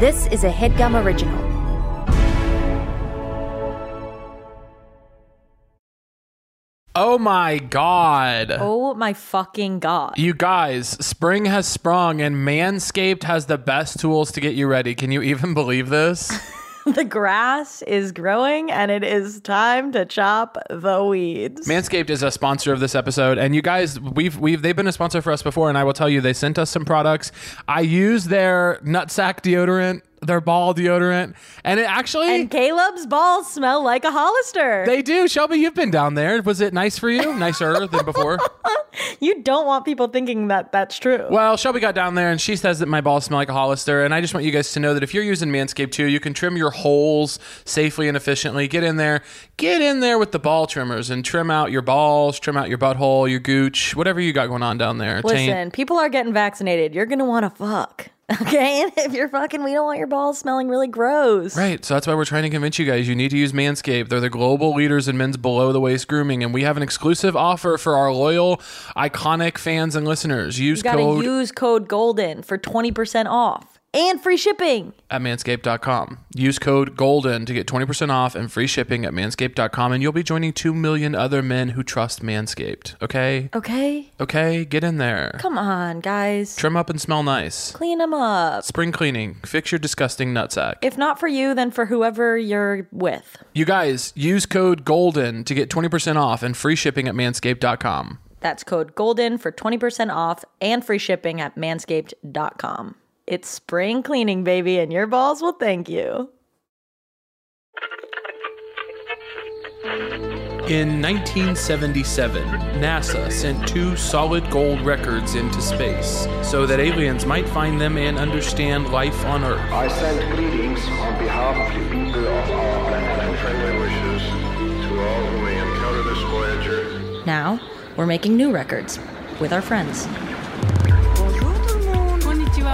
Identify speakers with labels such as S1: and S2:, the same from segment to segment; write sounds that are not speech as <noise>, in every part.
S1: This is a headgum original.
S2: Oh my god.
S3: Oh my fucking god. <laughs>
S2: You guys, spring has sprung and Manscaped has the best tools to get you ready. Can you even <laughs> believe
S3: <laughs>
S2: this?
S3: the grass is growing and it is time to chop the weeds.
S2: Manscaped is a sponsor of this episode, and you guys, we've we've they've been a sponsor for us before, and I will tell you, they sent us some products. I use their nutsack deodorant, their ball deodorant, and it actually
S3: and Caleb's balls smell like a Hollister.
S2: they do. Shelby, you've been down there. Was it nice for
S3: <laughs>
S2: you? Nicer than before.
S3: you don't want people thinking that that's true.
S2: Well, Shelby got down there and she says that my balls smell like a Hollister. And I just want you guys to know that if you're using Manscaped too, you can trim your holes safely and efficiently. Get in there, get in there with the ball trimmers and trim out your balls, trim out your butthole, your gooch, whatever you got going on down there.
S3: Listen,
S2: Taint.
S3: people are getting vaccinated. You're gonna want to fuck. <laughs> Okay, and if you're fucking, we don't want your balls smelling really gross.
S2: Right, so that's why we're trying to convince you guys you need to use Manscaped. They're the global leaders in men's below the waist grooming, and we have an exclusive offer for our loyal, iconic fans and listeners. Use
S3: You gotta
S2: code
S3: use code GOLDEN for 20% off and free shipping.
S2: at manscaped.com. Use code GOLDEN to get 20% off and free shipping at manscaped.com, and you'll be joining 2 million other men who trust Manscaped. Okay?
S3: Okay?
S2: Okay? Get in there.
S3: Come on, guys.
S2: Trim up and smell nice.
S3: Clean them up.
S2: Spring cleaning. Fix your disgusting nutsack.
S3: If not for you, then for whoever you're with.
S2: You guys, use code GOLDEN to get 20% off and free shipping at manscaped.com.
S3: That's code GOLDEN for 20% off and free shipping at manscaped.com. It's spring cleaning, baby, and your balls will thank you.
S2: In 1977, NASA sent two solid gold records into space so that aliens might find them and understand life on Earth.
S4: I send greetings on behalf of the people of our planet.
S5: and friendly wishes to all who may encounter this Voyager
S3: Now, we're making new records with our friends.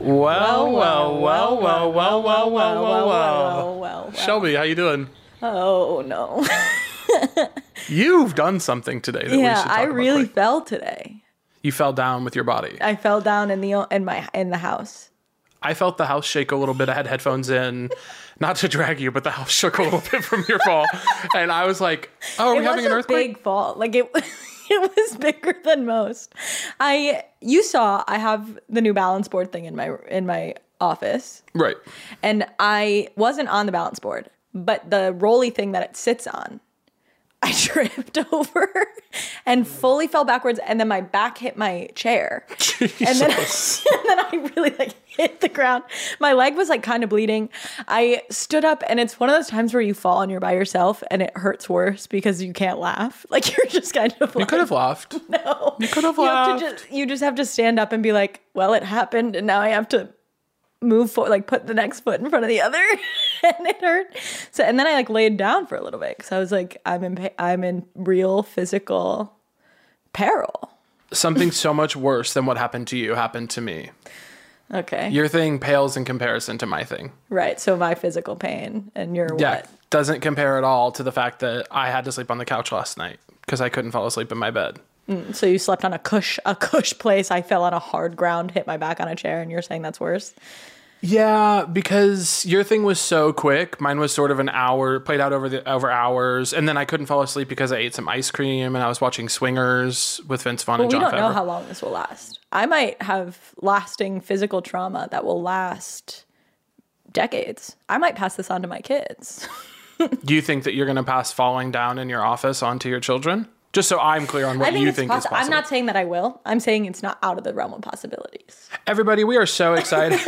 S2: Well, well, well, well, well, well, well, well, well.
S3: well, well.
S2: Shelby, how you doing?
S3: Oh, <laughs> no.
S2: You've done something today. That we
S3: yeah,
S2: should talk
S3: I
S2: about
S3: really
S2: quick.
S3: fell today.
S2: You fell down with your body.
S3: I fell down in the in my in the house.
S2: I felt the house shake a little bit. I had headphones in, not to drag you, but the house shook a little bit from your
S3: <laughs>
S2: fall, and I was like, "Oh, are we
S3: it
S2: having
S3: was
S2: an
S3: a
S2: earthquake?"
S3: big fall. Like it, <laughs> it was bigger than most. I you saw I have the New Balance board thing in my in my office,
S2: Right.
S3: and I wasn't on the balance board, but the rolly thing that it sits on, <laughs> I tripped <laughs> over and fully fell backwards, and then my back hit my chair, and then <laughs> and then I really like hit the ground. My leg was like kind of bleeding. I stood up, and it's one of those times where you fall and you're by yourself, and it hurts worse because you can't laugh. <laughs> Like you're just kind of
S2: You
S3: like, <laughs>
S2: could have laughed.
S3: no. You
S2: could have
S3: have to
S2: laughed.
S3: just- You just have to stand up and be like, well, it happened, and now I have to move forward, like put the next foot in front of the other, <laughs> and it hurt. So, and then I like laid down for a little bit because I was like, I'm in, pa- I'm in real physical peril.
S2: Something so much worse than what happened to you happened to me.
S3: Okay,
S2: Your thing pales in comparison to my thing.
S3: right. So my physical pain and your
S2: Yeah,
S3: what?
S2: doesn't compare at all to the fact that I had to sleep on the couch last night because I couldn't fall asleep in my bed.
S3: So you slept on a cush, a cush place. I fell on a hard ground, hit my back on a chair, and you're saying that's worse.
S2: Yeah, because your thing was so quick. Mine was sort of an hour, played out over the over hours, and then I couldn't fall asleep because I ate some ice cream and I was watching Swingers with Vince Vaughn
S3: But
S2: and
S3: we
S2: John
S3: don't know
S2: Favreau.
S3: how long this will last. I might have lasting physical trauma that will last decades. I might pass this on to my kids.
S2: Do you think that you're going to pass falling down in your office onto your children? Just so I'm clear on what
S3: I think
S2: you
S3: it's
S2: think
S3: possi-
S2: is possible.
S3: I'm not saying that I will. I'm saying it's not out of the realm of possibilities.
S2: Everybody, we are so
S3: <laughs>
S2: excited.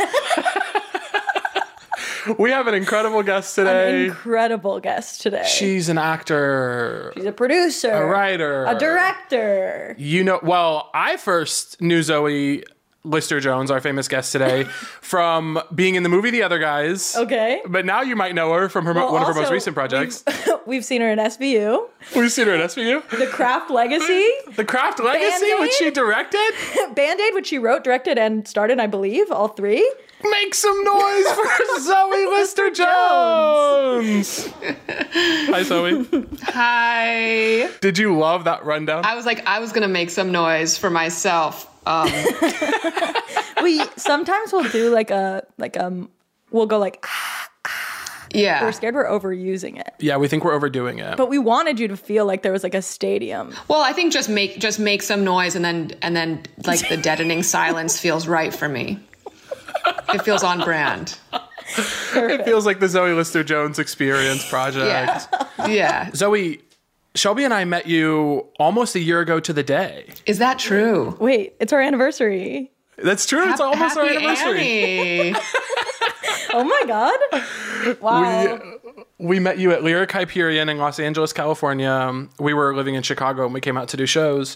S2: <laughs> we have an incredible guest today.
S3: Incredible guest today.
S2: She's an actor.
S3: She's a producer,
S2: A writer.
S3: a director.
S2: You know, well, I first knew Zoe Lister Jones, our famous guest
S3: <laughs>
S2: today, from being in the movie The Other Guys.
S3: Okay.
S2: But now you might know her from her, mo-
S3: Well,
S2: one of her
S3: also,
S2: most recent projects.
S3: We've, we've seen her in SVU,
S2: <laughs> We've seen her in
S3: <laughs>
S2: SVU.
S3: The Craft Legacy,
S2: The Craft Legacy, which she
S3: Band-Aid?
S2: directed.
S3: Band Aid, which she wrote, directed, and starred in, I believe, all three.
S2: Make some noise
S3: <laughs>
S2: for Zoe Lister Jones. Hi, Zoe.
S6: Hi.
S2: Did you love that rundown?
S6: I was like, I was going to make some noise for myself. Um,
S3: We sometimes we'll do like a like um we'll go like "Ah,"
S6: yeah.
S2: Ah.
S3: we're scared we're overusing it,
S2: yeah, we think we're overdoing it.
S3: but we wanted you to feel like there was like a stadium.
S6: Well, I think just make just make some noise and then and then like the deadening silence feels right for me. It feels on brand.
S2: it feels like the Zoe Lister Jones Experience project.
S6: Yeah. Yeah.
S2: Zoe, Shelby and I met you almost a year ago to the day.
S6: Is that true?
S3: Wait, it's our anniversary.
S2: That's true. It's almost our
S6: Happy
S2: anniversary.
S6: Annie.
S3: Oh my god! Wow.
S2: We met you at Lyric Hyperion in Los Angeles, California. Um, We were living in Chicago and we came out to do shows.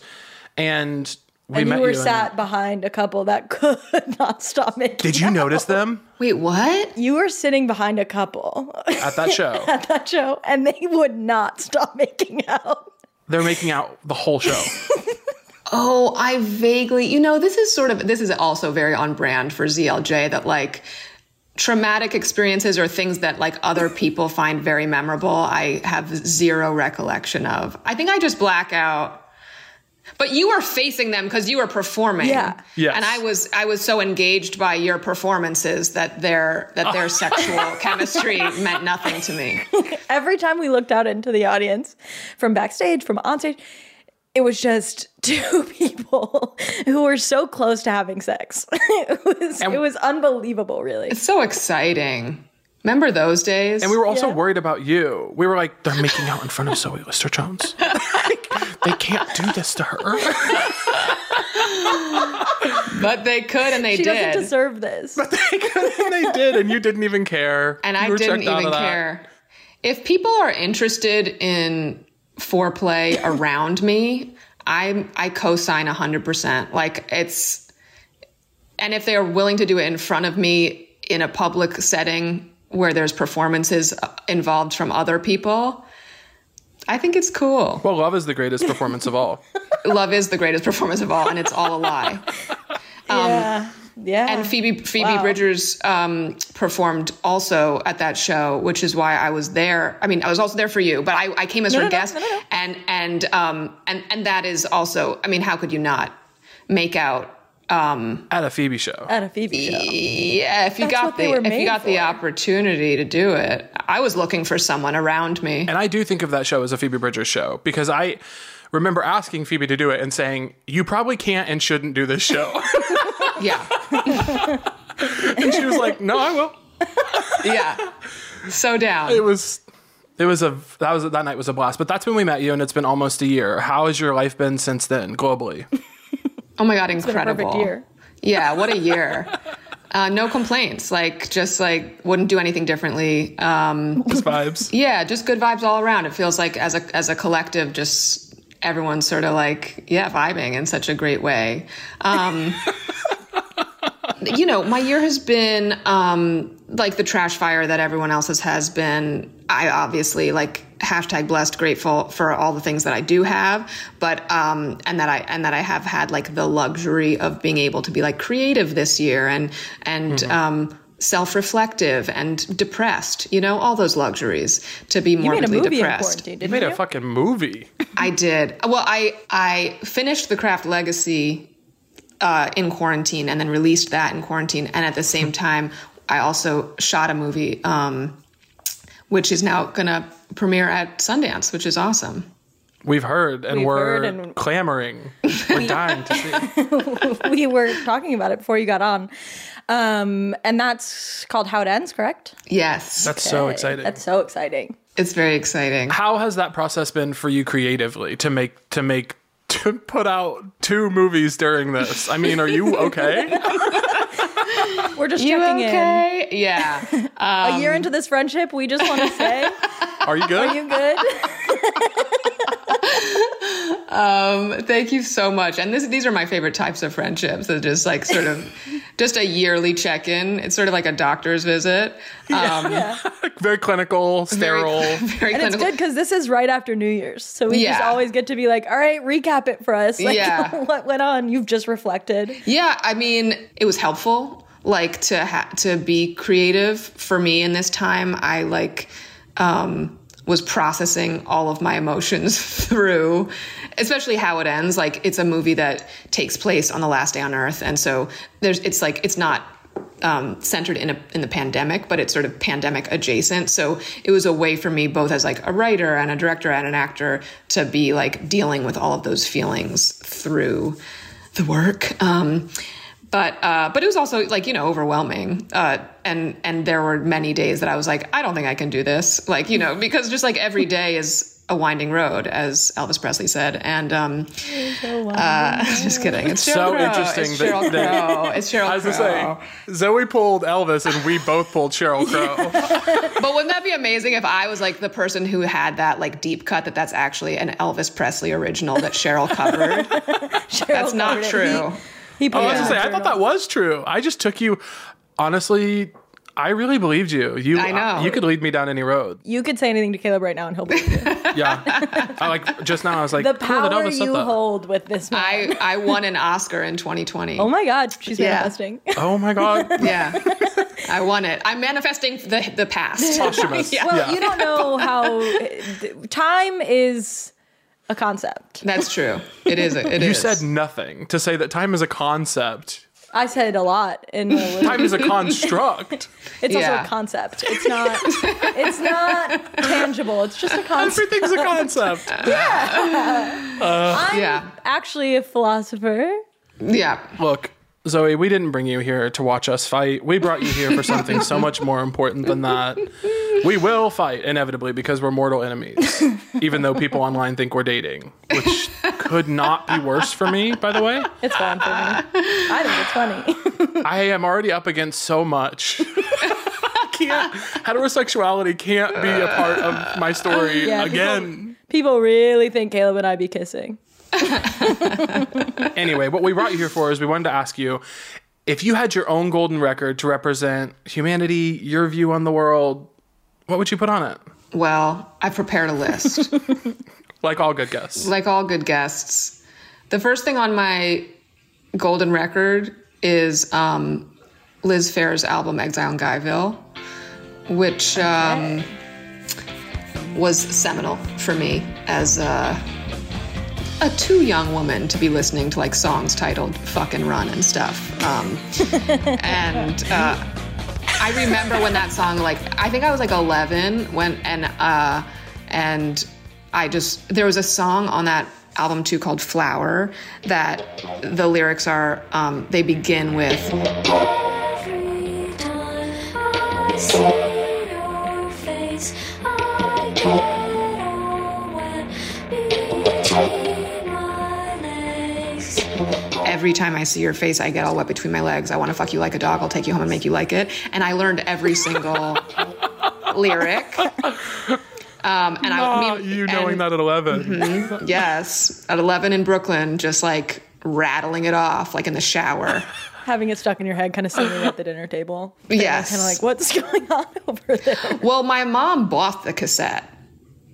S2: And we
S3: and
S2: met
S3: you were
S2: and-
S3: sat behind a couple that <laughs> could not stop making.
S2: Did you notice
S6: <laughs>
S2: them
S6: Wait, what?
S3: You were sitting behind a couple <laughs>
S2: at that
S6: <laughs>
S2: show?
S3: at that show, and they would not stop making out.
S2: They're making out the whole
S6: <laughs>
S2: show.
S6: Oh, I vaguely, you know, this is sort of this is also very on brand for ZLJ that like traumatic experiences or things that like other people find very memorable, I have zero recollection of. I think I just black out. But you were facing them because you were performing.
S3: Yeah.
S2: Yes.
S6: And I was I was so engaged by your performances that their that their sexual chemistry meant nothing to me.
S3: Every time we looked out into the audience, from backstage, from onstage, it was just <laughs> two people who were so close to having sex. <laughs> it was it was unbelievable, really.
S6: So exciting. Remember those days?
S2: And we were also worried about you. We were like, they're making out in front of Zoe Lister Jones.
S6: <laughs> Oh
S2: they can't do this to her. <laughs>
S6: but they could and they
S3: She
S6: did.
S3: doesn't deserve this.
S2: and they did, and you didn't even care.
S6: and
S2: You
S6: I
S2: were
S6: didn't
S2: checked out
S6: even
S2: of that.
S6: care. If people are interested in foreplay <laughs> around me, I I co-sign 100%. Like it's and if they are willing to do it in front of me in a public setting where there's performances uh, involved from other people, I think it's cool.
S2: Well, love is the greatest performance of
S3: <laughs>
S2: all.
S6: Love is the greatest <laughs> performance of all and it's all a lie.
S3: yeah, yeah.
S6: And Phoebe Phoebe Bridgers um, performed also at that show, which is why I was there. I mean, I was also there for you, but I, I came as her
S3: no, no,
S6: guest,
S3: no, no, no.
S6: and and um and and that is also. I mean, how could you not make out? Um,
S2: At a Phoebe show.
S3: at a Phoebe show.
S6: yeah, if you
S3: That's
S6: got
S3: what they
S6: the
S3: were
S6: if you
S3: made
S6: got the
S3: for.
S6: opportunity to do it, I was looking for someone
S3: <laughs>
S6: around me.
S2: And I do think of that show as a Phoebe Bridgers show because I remember asking Phoebe to do it and saying, You probably can't and shouldn't do this show. <laughs>
S6: Yeah,
S2: and she was like, No, I will.
S6: yeah, so
S2: It
S6: down.
S2: was it was a that was that night was a blast. But that's when we met you and it's been almost a year. How has your life been since then globally?
S6: Oh my god,
S3: Been a
S6: incredible!
S3: perfect year.
S6: Yeah, what
S3: <laughs>
S6: a year. Uh, no complaints. Like, just like wouldn't do anything differently. Um,
S2: Just
S3: <laughs>
S2: vibes.
S6: yeah, just good vibes all around. It feels like as a as a collective, just everyone's sort of like yeah, vibing in such a great way. Um, you know, my year has been um, like the trash fire that everyone else's has been. I obviously like hashtag blessed, grateful for all the things that I do have, but um, and that I and that I have had like the luxury of being able to be like creative this year and and
S3: Mm-hmm.
S6: um, self reflective and depressed. You know, all those luxuries to be
S3: You made a
S6: morbidly
S3: movie in
S6: depressed.
S3: quarantine,
S2: You
S3: didn't
S2: made
S3: you?
S2: a fucking movie.
S6: I did. Well, I I finished the Craft Legacy uh, in quarantine, and then released that in quarantine. And at the same time, I also shot a movie, um, which is now gonna premiere at Sundance, which is awesome.
S2: We've heard and
S3: We've
S2: we're
S3: heard and- <laughs>
S2: clamoring. We're dying to see. it.
S3: we were talking about it before you got on. Um, and that's called How It Ends, correct?
S6: Yes,
S2: That's so exciting.
S3: That's so exciting.
S6: it's very exciting.
S2: How has that process been for you creatively to make to make <laughs> to put out two movies during this? I mean, are you
S3: <laughs>
S2: okay?
S3: We're just
S6: You
S3: checking
S6: okay?
S3: <laughs>
S6: Yeah.
S3: in. A year into this friendship, we
S6: <laughs>
S3: just want to say,
S2: Are you good?
S3: are you good?
S6: Um, thank you so much. And this, these are my favorite types of friendships. They're just like sort of just a yearly check in. It's sort of like a doctor's visit. <laughs> Um,
S2: Very clinical, sterile. <laughs>
S6: very
S3: And it's
S6: clinical.
S3: good because this is right after New Year's. So we just
S6: Yeah.
S3: always get to be like, all right, recap it for us. <laughs> Like,
S6: Yeah.
S3: what went on? You've just reflected.
S6: Yeah, I mean, it was helpful like to ha- to be creative for me in this time. I like um was processing all of my emotions <laughs> through especially how it ends like it's a movie that takes place on the last day on earth and so there's it's like it's not um, centered in a, in the pandemic but it's sort of pandemic adjacent so it was a way for me both as like a writer and a director and an actor to be like dealing with all of those feelings through the work. Um, but uh, but it was also like you know overwhelming, uh, and and there were many days that I was like, I don't think I can do this, like you know, because just like every day is a winding road, as Elvis Presley said, and um, uh, <laughs> just kidding. It's Cheryl
S2: so
S6: Crow.
S2: interesting
S6: It's
S2: that-
S6: Cheryl
S2: that- <laughs>
S6: Crow. It's Cheryl
S2: I was just
S6: Crow.
S2: saying, Zoe pulled Elvis and we both pulled Cheryl Crow.
S6: But wouldn't that be amazing if I was like the person who had that like deep cut that that's actually an Elvis Presley original that
S3: <laughs>
S6: Cheryl covered? that's
S3: Cheryl
S6: not
S3: covered it.
S6: true.
S3: He, he
S2: I
S3: put
S2: was
S3: it
S2: gonna
S3: in
S2: say,
S3: the
S2: I thought that
S3: journal.
S2: was true. I just took you, honestly. I really believed you. You,
S6: I know.
S2: you could lead me down any road.
S3: you could say anything to Caleb right now and he'll believe you.
S2: Yeah, I like just now. I was like,
S3: The
S2: <laughs> cool, that
S3: power
S2: Elvis said
S3: you
S2: that.
S3: hold with this man.
S6: I I won an Oscar in
S3: <laughs>
S6: 2020.
S3: oh my God, she's
S6: Yeah.
S3: manifesting.
S2: Oh my
S3: <laughs>
S2: god,
S6: Yeah, I won it. I'm manifesting the the past.
S2: posthumous.
S3: Well,
S2: yeah.
S3: you don't
S6: <laughs>
S3: know how time is a concept.
S6: That's true. It is. It
S2: You
S6: is.
S2: said nothing to say that time is a concept.
S3: I said a lot in the little-
S2: Time is a construct.
S3: It's
S6: Yeah.
S3: also a concept. It's not. it's not tangible. It's just a concept.
S2: <laughs> Everything's a concept.
S3: I'm
S6: Yeah.
S3: actually a philosopher.
S6: Yeah.
S2: Look, Zoe, we didn't bring you here to watch us fight. We brought you here for something so much more important than that. We will fight inevitably because we're mortal <laughs> enemies, even though people online think we're dating, which could not be worse for me, by the way.
S3: It's fun for me. I think it's funny. <laughs>
S2: I am already up against so <laughs> much. I can't heterosexuality can't be a part of my story
S3: Yeah, people-
S2: again.
S3: People really think Caleb and I be kissing.
S2: Anyway, what we brought you here for is we wanted to ask you if you had your own golden record to represent humanity, your view on the world, what would you put on it?
S6: Well, I prepared a list,
S2: Like all good guests.
S6: like all good guests. The first thing on my golden record is um, Liz Fair's album "Exile in Guyville," which um, was seminal for me as a, a too young woman to be listening to like songs titled "Fuck and Run" and stuff. Um, and uh, I remember when that song, like, I think I was like 11 when, and, uh, and I just, there was a song on that album too called Flower that the lyrics are, um, they begin with,
S7: Every time I see your face, I get all wet between my legs.
S6: every time I see your face, I get all wet between my legs. I want to fuck you like a dog. I'll take you home and make you like it. And I learned
S2: <laughs>
S6: every single lyric. Um, and I
S2: Ah,
S6: mean,
S2: you
S6: and-
S2: knowing that at 11.
S6: Yes. At 11 in Brooklyn, just like rattling it off, like in the shower.
S3: Having it stuck in your head, kind of sitting at the dinner table.
S6: Yes.
S3: Kind of like, what's <laughs> going on over there?
S6: Well, my mom bought the cassette.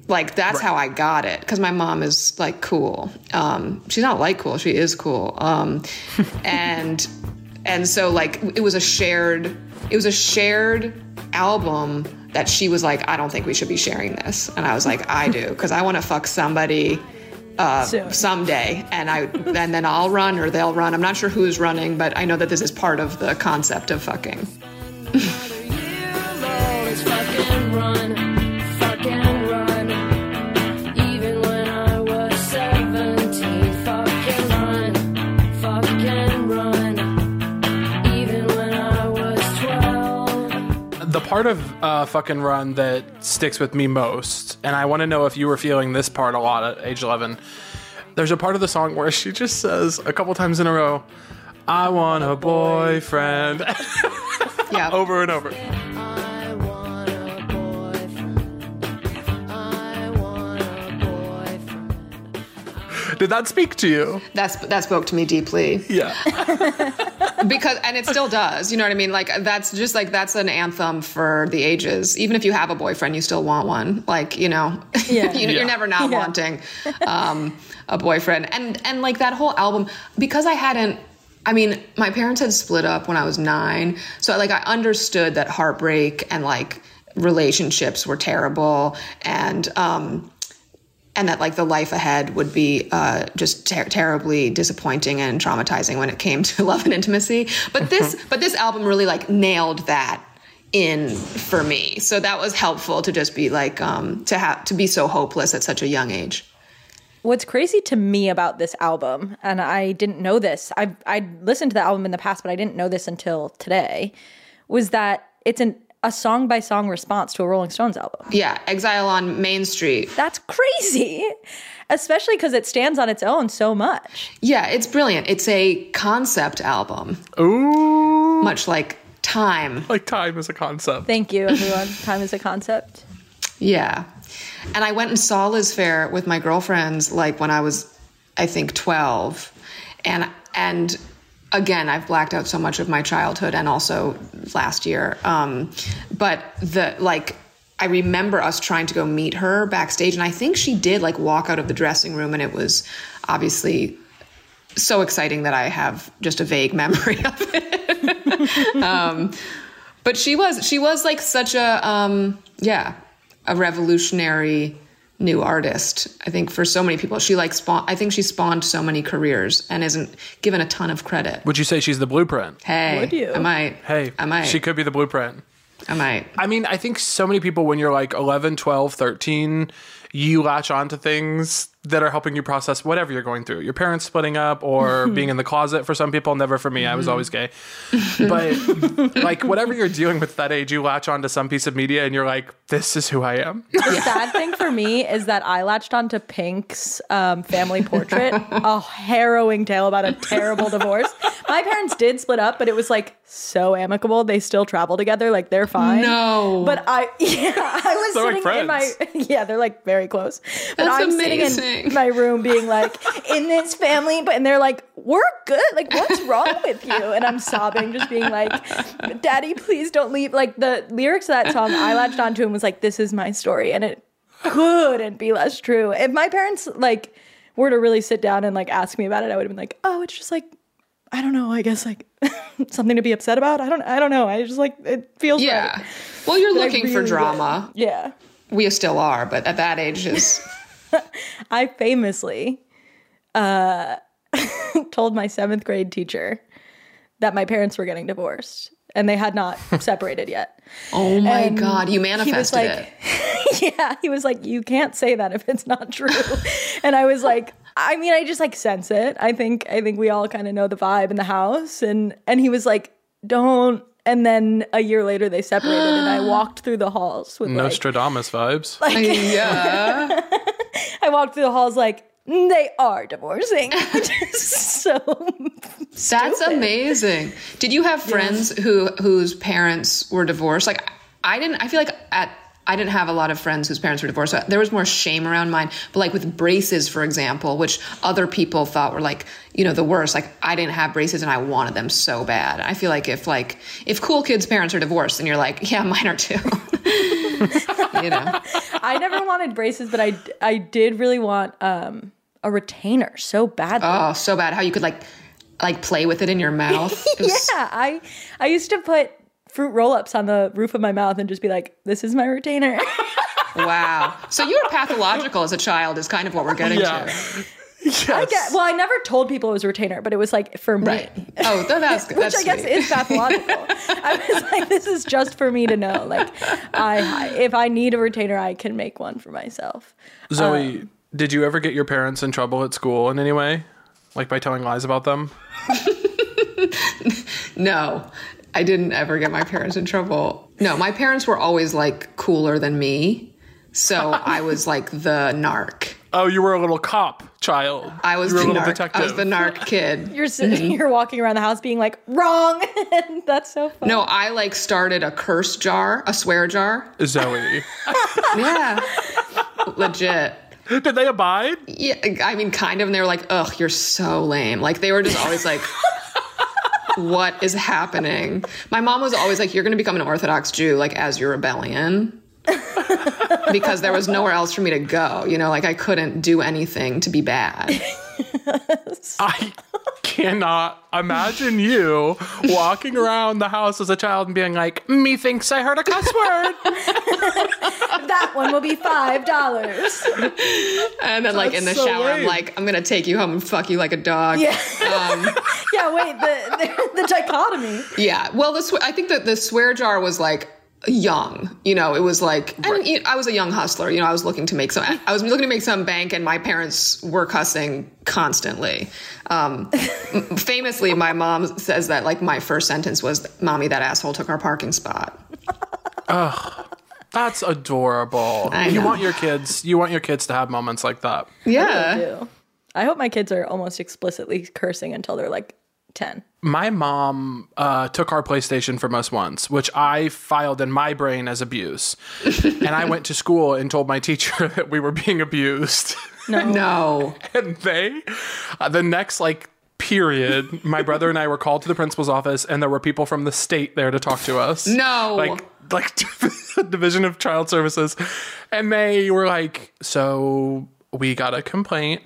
S6: Like that's how I got it because my mom is like cool. Um, she's not like cool; she is cool. Um, and and so like it was a shared it was a shared album that she was like, I don't think we should be sharing this, and I was like, I do because I want to fuck somebody uh,
S3: Soon.
S6: someday and i and then i'll run or they'll run i'm not sure who's running but i know that this is part of the concept of fucking
S2: The part of uh, fucking run that sticks with me most, and I want to know if you were feeling this part a lot at age 11. There's a part of the song where she just says a couple times in a row, I want a boyfriend,
S6: yeah
S2: over and over. Did that speak to you?
S6: That's that spoke to me deeply.
S2: Yeah.
S6: because and it still does you know what i mean like that's just like that's an anthem for the ages even if you have a boyfriend you still want one like you know
S3: Yeah.
S6: <laughs> you,
S2: Yeah.
S6: are never not wanting um, a boyfriend and and like that whole album because i hadn't i mean my parents had split up when i was nine so like i understood that heartbreak and like relationships were terrible and um and that like the life ahead would be uh, just ter- terribly disappointing and traumatizing when it came to <laughs> love and intimacy. But this, but this album really like nailed that in for me. So that was helpful to just be like um, to have to be so hopeless at such a young age.
S3: What's crazy to me about this album, and I didn't know this, I I listened to the album in the past, but I didn't know this until today, was that it's an a song by song response to a Rolling Stones album.
S6: Yeah, Exile on Main Street.
S3: That's crazy, especially because it stands on its own so much.
S6: Yeah, it's brilliant. It's a concept album,
S2: Ooh.
S6: much like time.
S2: <laughs> Like time is a concept.
S3: Thank you, everyone. Time is a concept.
S6: Yeah. And I went and saw Liz Fair with my girlfriends like when I was I think 12. And and again, I've blacked out so much of my childhood and also last year. Um but the like I remember us trying to go meet her backstage and I think she did like walk out of the dressing room and it was obviously so exciting that I have just a vague <laughs> memory of it but she was she was like such a um yeah a revolutionary new artist i think for so many people she like spawned i think she spawned so many careers and isn't given a ton of credit
S2: Would you say she's the blueprint?
S6: hey
S3: Would you?
S6: i might
S2: Hey,
S6: i might
S2: She could be the blueprint.
S6: i might
S2: I mean, I think so many people, when you're like 11, 12, 13, you latch onto things that are helping you process whatever you're going through. Your parents splitting up
S6: <laughs>
S2: or being in the closet for some people, never for me. I was
S6: Mm-hmm.
S2: always gay. But <laughs> like, whatever you're dealing with at that age, you latch onto some piece of media and you're like, this is who I
S6: <laughs>
S2: am.
S3: <laughs> The sad thing for me is that I latched onto Pink's um, family portrait, a harrowing tale about a terrible divorce. My parents did split up, but it was like so amicable. They still travel together, like they're fine.
S6: No.
S3: but I <laughs> yeah, I was
S2: They're like
S3: sitting in my <laughs> yeah, they're like very close. But
S6: That's
S3: I'm sitting in
S6: amazing.
S3: my room being like in this family, but and they're like we're good. Like what's wrong with you? And I'm sobbing, just being like, Daddy, please don't leave. Like the lyrics of that song, I latched onto and was like, this is my story, and it couldn't be less true. If my parents like were to really sit down and like ask me about it, I would have been like, oh, it's just like I don't know. I guess like <laughs> something to be upset about. I don't. I don't know. I just like it feels
S6: yeah
S3: right.
S6: well you're
S3: I
S6: looking for
S3: really
S6: drama
S3: Yeah,
S6: we still are but at that
S3: <laughs>
S6: age is
S3: I famously uh, <laughs> told my seventh grade teacher that my parents were getting divorced and they had
S6: <laughs>
S3: not separated yet.
S6: oh my
S3: And
S6: god you manifested
S3: he was like,
S6: it
S3: <laughs> yeah, he was like, you can't say that if it's not true. <laughs> and I was like, I mean, I just like sense it. I think, I think we all kind of know the vibe in the house. And and he was like, don't. And then a year later, they separated, and
S6: <gasps>
S3: I walked through the halls with like,
S2: Nostradamus vibes.
S3: <laughs>
S6: yeah
S3: I walked through the halls like "Mm, they are divorcing. <laughs> so <laughs>
S6: That's amazing. Did you have friends who whose parents were divorced? Like I didn't. I feel like at I didn't have a lot of friends whose parents were divorced. So there was more shame around mine. But like with braces, for example, which other people thought were like you know the worst. Like I didn't have braces and I wanted them so bad. I feel like if like if cool kids' parents are divorced, then you're like yeah, mine are too. <laughs> you know.
S3: I never wanted braces, but I I did really want um a retainer so badly.
S6: Oh, so bad. How you could like like play with it in your mouth.
S3: <laughs>
S6: It was-
S3: yeah, I I used to put fruit roll-ups on the roof of my mouth and just be like, "This is my retainer." <laughs>
S6: Wow. So you were pathological as a child is kind of what we're getting
S2: Yeah.
S6: to.
S3: I get, well, I never told people it was a retainer, but it was like for me.
S6: Right. Oh, tha- that's good.
S3: <laughs> Which
S6: That's
S3: I guess
S6: sweet.
S3: is
S6: <laughs>
S3: pathological. I was like, this is just for me to know. Like, I if I need a retainer, I can make one for myself.
S6: uh,
S2: Zoe, did you ever get your parents in trouble at school in any way? Like by telling lies about them?
S6: No, I didn't ever get my parents in trouble. No, my parents were always like cooler than me. So I <laughs> was like the narc.
S2: Oh, you were a little cop child.
S6: I was
S2: you
S6: the
S2: were a little
S6: narc.
S2: detective.
S6: I was the narc <laughs> kid.
S3: You're sitting, <laughs> you're walking around the house being like, wrong. <laughs> And that's so <laughs> funny.
S6: No, I like started a curse <laughs> jar, a swear jar.
S2: Zoe.
S6: <laughs> Yeah. Legit.
S2: Did they abide?
S6: Yeah, I mean, kind of. And they were like, ugh, you're so lame. Like, they were just always like, what is happening? My mom was always like, you're going to become an Orthodox Jew, like, as your rebellion. because there was nowhere else for me to go. You know, like, I couldn't do anything to be bad.
S2: I cannot imagine you walking around the house as a child and being like, "Methinks I heard a cuss word."
S3: That one will be five dollars.
S6: And then, like, in the
S2: That's so
S6: shower, I'm
S2: lame.
S6: like, I'm going to take you home and fuck you like a dog.
S3: Yeah.
S6: Um,
S3: Yeah, wait, the, the the dichotomy.
S6: Yeah. Well, the swe- I think that the swear jar was like young. You know, it was like and, you know, I was a young hustler. You know, I was looking to make some. I was looking to make some bank, and my parents were cussing constantly. Um, m- famously, my mom says that like my first sentence was, "Mommy, that asshole took our parking spot."
S2: That's adorable.
S6: I
S2: You
S6: know.
S2: want your kids. You want your kids to have moments like that.
S6: Yeah.
S3: do. I hope my kids are almost explicitly cursing until they're like 10.
S2: My mom uh, took our PlayStation from us once, which I filed in my brain as abuse, and I went to school and told my teacher <laughs> that we were being abused.
S6: No.
S2: and they uh, the next like period my brother and i were called to the principal's office and there were people from the state there to talk to us
S6: No.
S2: like like <laughs> division of child services and they were like so we got a complaint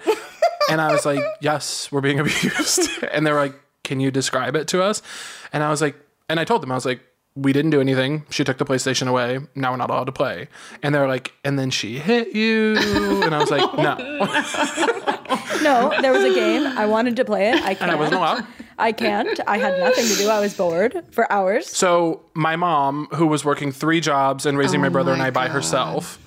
S2: and i was like yes we're being abused <laughs> and they were like can you describe it to us and i was like and i told them i was like we didn't do anything she took the playstation away now we're not allowed to play and they were like and then she hit you and i was like no
S3: No, there was a game. I wanted to play it.
S2: <laughs>
S3: I
S2: and
S3: can't.
S2: I wasn't allowed.
S3: I can't. I had nothing to do. I was bored for hours.
S2: So my mom, who was working three jobs and raising my brother and
S6: Oh my
S2: I by
S6: God.
S2: herself,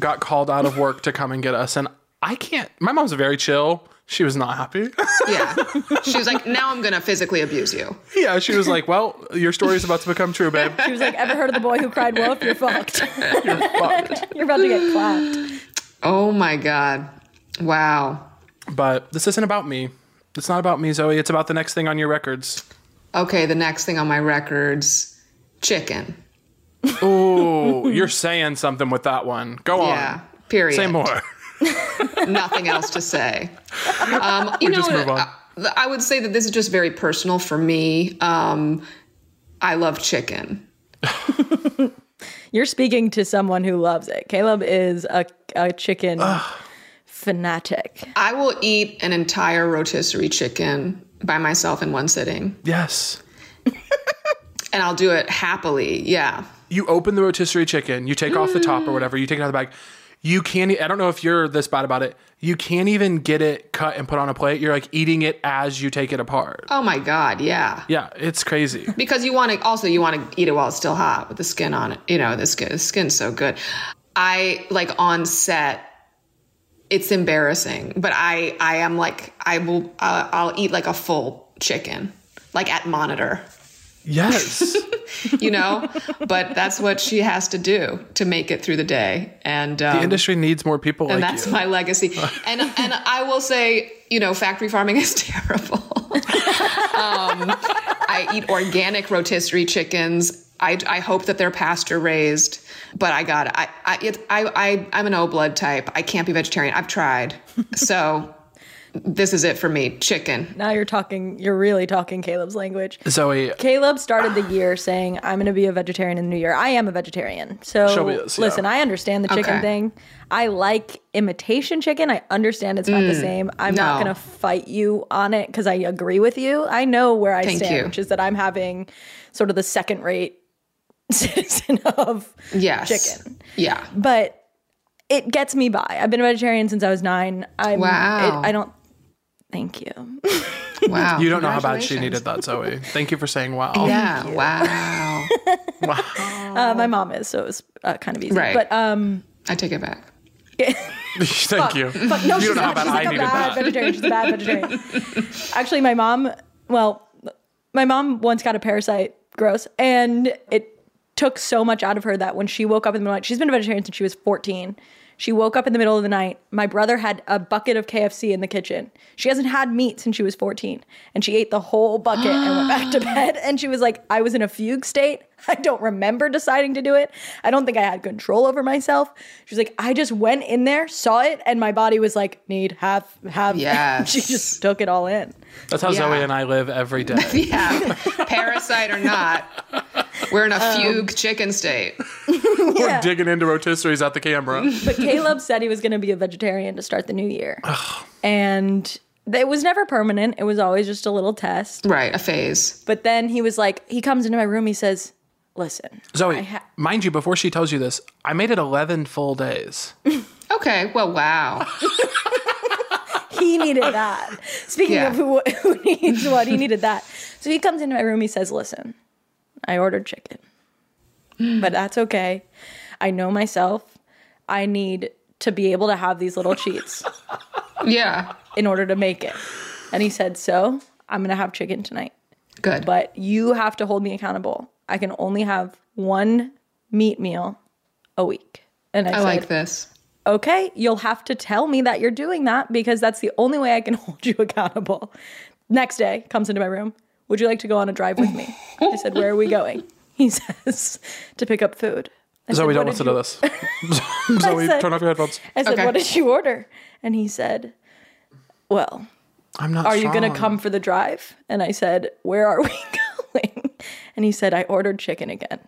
S2: got called out of work to come and get us. And I can't. My mom's very chill. She was not happy. <laughs>
S6: Yeah. She was like, "Now I'm going to physically abuse you."
S2: yeah, she was like, "Well, your story's about to become true, babe."
S3: She was like, Ever heard of the boy who cried wolf? You're
S2: <laughs>
S3: fucked.
S2: Fucked.
S3: <laughs> You're about to get clapped.
S6: Oh my god. Wow.
S2: But this isn't about me. It's not about me, Zoe. It's about the next thing on your records.
S6: Okay, the next thing on my records, chicken.
S2: Ooh, you're saying something with that one. Go
S6: Yeah.
S2: on.
S6: Period.
S2: Say more. <laughs>
S6: nothing else to say. Um, you know,
S2: just move on.
S6: I, I would say that this is just very personal for me. Um, I love chicken.
S3: You're speaking to someone who loves it. Caleb is a, a chicken fanatic.
S6: I will eat an entire rotisserie chicken by myself in one sitting,
S2: Yes.
S6: and I'll do it happily. Yeah.
S2: you open the rotisserie chicken, you take off the top or whatever, you take it out of the bag. You can't. e- I don't know if you're this bad about it. You can't even get it cut and put on a plate. You're like eating it as you take it apart. <laughs>
S6: Oh my god. Yeah.
S2: Yeah, it's crazy.
S6: Because you want to also you want to eat it while it's still hot with the skin on it. You know, the skin the skin's so good. I like on set it's embarrassing, but I I am like I will uh, I'll eat like a full chicken like at monitor,
S2: Yes,
S6: you know? but that's what she has to do to make it through the day. And um,
S2: the industry needs more people
S6: and
S2: like
S6: that's
S2: you.
S6: my
S2: <laughs>
S6: legacy. And and I will say, you know, factory farming <laughs> is terrible. um, I eat organic rotisserie chickens. I, I hope that they're pasture raised, but I got I I, it, I I I'm an O blood type. I can't be vegetarian. I've tried, so this is it for me. Chicken.
S3: Now you're talking, you're really talking Caleb's language.
S2: Zoe.
S3: Caleb started the year saying, I'm going to be a vegetarian in the new year. I am a vegetarian. So
S2: Sure he is, yeah.
S3: listen, I understand the chicken
S6: Okay.
S3: thing. I like imitation chicken. I understand it's not the same. I'm not
S6: Mm, No.
S3: going to fight you on it because I agree with you. I know where I
S6: Thank
S3: stand,
S6: you.
S3: which is that I'm having sort of the second rate <laughs> citizen of
S6: Yes.
S3: Chicken.
S6: Yeah.
S3: but it gets me by. I've been a vegetarian since I was nine. I'm,
S6: Wow.
S3: It, I don't. Thank you.
S6: Wow.
S2: You don't know how bad she
S6: Congratulations.
S2: needed that, Zoe. Thank you for saying wow.
S6: Yeah. Wow.
S3: Uh, my mom is, so it was uh, kind of easy.
S6: Right.
S3: But um,
S6: I take it back.
S2: <laughs> Thank you.
S3: but no,
S2: you
S3: she's
S2: don't know how
S3: not.
S2: bad
S3: She's
S2: I
S3: like a
S2: needed that.
S3: bad vegetarian. She's a bad vegetarian.
S2: <laughs>
S3: Actually, my mom. Well, my mom once got a parasite. Gross, and it took so much out of her that when she woke up in the morning, she's been a vegetarian since she was 14. She woke up in the middle of the night. My brother had a bucket of KFC in the kitchen. She hasn't had meat since she was 14. And she ate the whole bucket and went back to bed. And she was like, I was in a fugue state. <laughs> I don't remember deciding to do it. I don't think I had control over myself. She was like, I just went in there, saw it, and my body was like, need, have, have. <laughs> Yeah,
S6: Yes.
S3: she just took it all in.
S2: That's how
S6: Yeah.
S2: Zoe and I live every day.
S6: Yeah, parasite or not, we're in a fugue chicken state.
S2: We're digging into rotisseries at the camera.
S3: But Caleb said he was going to be a vegetarian to start the new year. and th- it was never permanent. It was always just a little test.
S6: Right, a phase.
S3: But then he was like, he comes into my room, he says, Listen,
S2: Zoe,
S3: ha-
S2: mind you, before she tells you this, I made it 11 full days.
S6: Okay,
S3: <laughs>
S6: well, wow.
S3: he needed that. Speaking
S6: Yeah.
S3: of who, <laughs> who needs what, he needed that. So he comes into my room, he says, Listen, I ordered chicken, but that's okay. I know myself. I need to be able to have these little cheats
S6: Yeah,
S3: in order to make it. And he said, So I'm going to have chicken tonight.
S6: good.
S3: but you have to hold me accountable. I can only have one meat meal a week. And I,
S6: I
S3: said,
S6: like this.
S3: okay, you'll have to tell me that you're doing that because that's the only way I can <laughs> hold you accountable. Next day, comes into my room. Would you like to go on a drive with me? I said, where are we going? <laughs> He says, to pick up food. I
S2: Zoe,
S3: said,
S2: don't
S3: "What
S2: listen
S3: did
S2: to
S3: you-"
S2: this. <laughs> Zoe,
S3: said-
S2: turn off your headphones.
S3: I said,
S6: Okay.
S3: what did you order? And he said, well,
S2: I'm not
S3: are you going to
S2: strong.
S3: come for the drive? And I said, where are <laughs> we going? And he said, I ordered chicken again.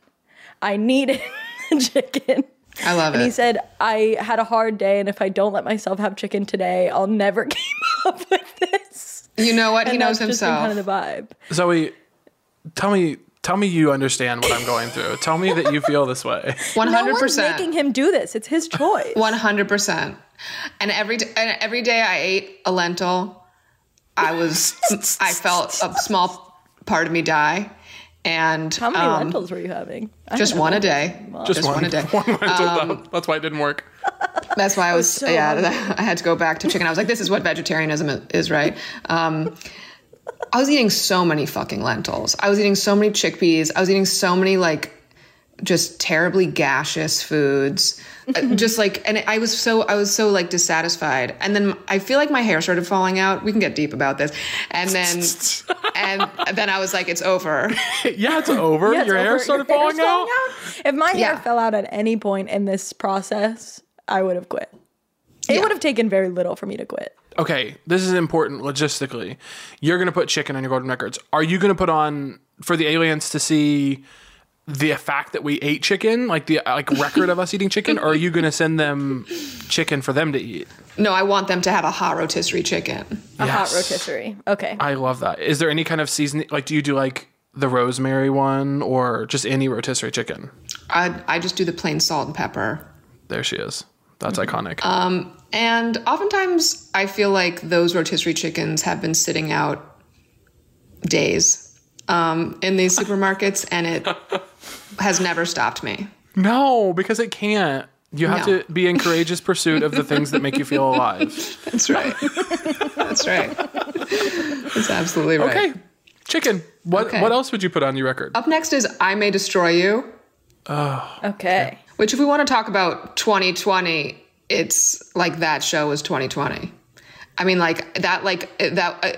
S3: I needed <laughs> chicken.
S6: I love
S3: And he
S6: it.
S3: said, I had a hard day, and if I don't let myself have chicken today, I'll never <laughs> keep up with this.
S6: you know what? He
S3: and
S6: knows
S3: that's Just been
S6: himself.
S3: kind of the vibe.
S2: Zoe, tell me, tell me you understand what I'm going through. tell me that you feel this way.
S6: One
S3: No
S6: hundred
S3: one's
S6: percent.
S3: making him do this. It's his choice.
S6: One hundred percent. And every d- and every day I ate a lentil, I was I felt a small part of me die, and
S3: How many
S6: um,
S3: lentils were you having? I
S6: Just
S3: don't know.
S6: one a day. Just <laughs> one a day.
S2: <laughs> One lentil, though. That's why it didn't work.
S6: That's why I was,
S3: so
S6: yeah. <laughs> I had to go back to chicken. I was like, this is what vegetarianism i- is, right? Um, I was eating so many fucking lentils. I was eating so many chickpeas. I was eating so many like just terribly gaseous foods. Uh, just like, and I was so I was so like dissatisfied. And then I feel like my hair started falling out. We can get deep about this. And then and then I was like, it's over.
S2: Yeah, it's over.
S3: Yeah, it's
S2: your hair
S3: over.
S2: started
S3: Your
S2: falling
S3: hair's
S2: out.
S3: If my
S6: Yeah.
S3: hair fell out at any point in this process, I would have quit. It would have taken very little for me to quit.
S2: Okay, this is important logistically. You're going to put chicken on your golden records. Are you going to put on for the aliens to see the fact that we ate chicken, like the like record of us eating chicken, or are you going to send them chicken for them to eat?
S6: No, I want them to have a hot rotisserie chicken.
S3: A hot
S2: Yes.
S3: rotisserie. Okay.
S2: I love that. Is there any kind of seasoning? Like, do you do like the rosemary one or just any rotisserie chicken?
S6: I I just do the plain salt and pepper.
S2: There she is. That's
S6: Mm-hmm.
S2: iconic.
S6: Uh, And oftentimes, I feel like those rotisserie chickens have been sitting out days um, in these supermarkets, and it has never stopped me.
S2: no, because it can't. You have
S6: No.
S2: to be in courageous pursuit of the things that make you feel
S6: <laughs>
S2: alive.
S6: That's right. That's right. That's absolutely right.
S2: Okay, chicken. What
S6: Okay. Uh,
S2: what else would you put on your record?
S6: Up next is I May Destroy You,
S3: okay.
S6: which, if we want to talk about 2020, it's like that show was 2020. I mean, like that, like that, uh,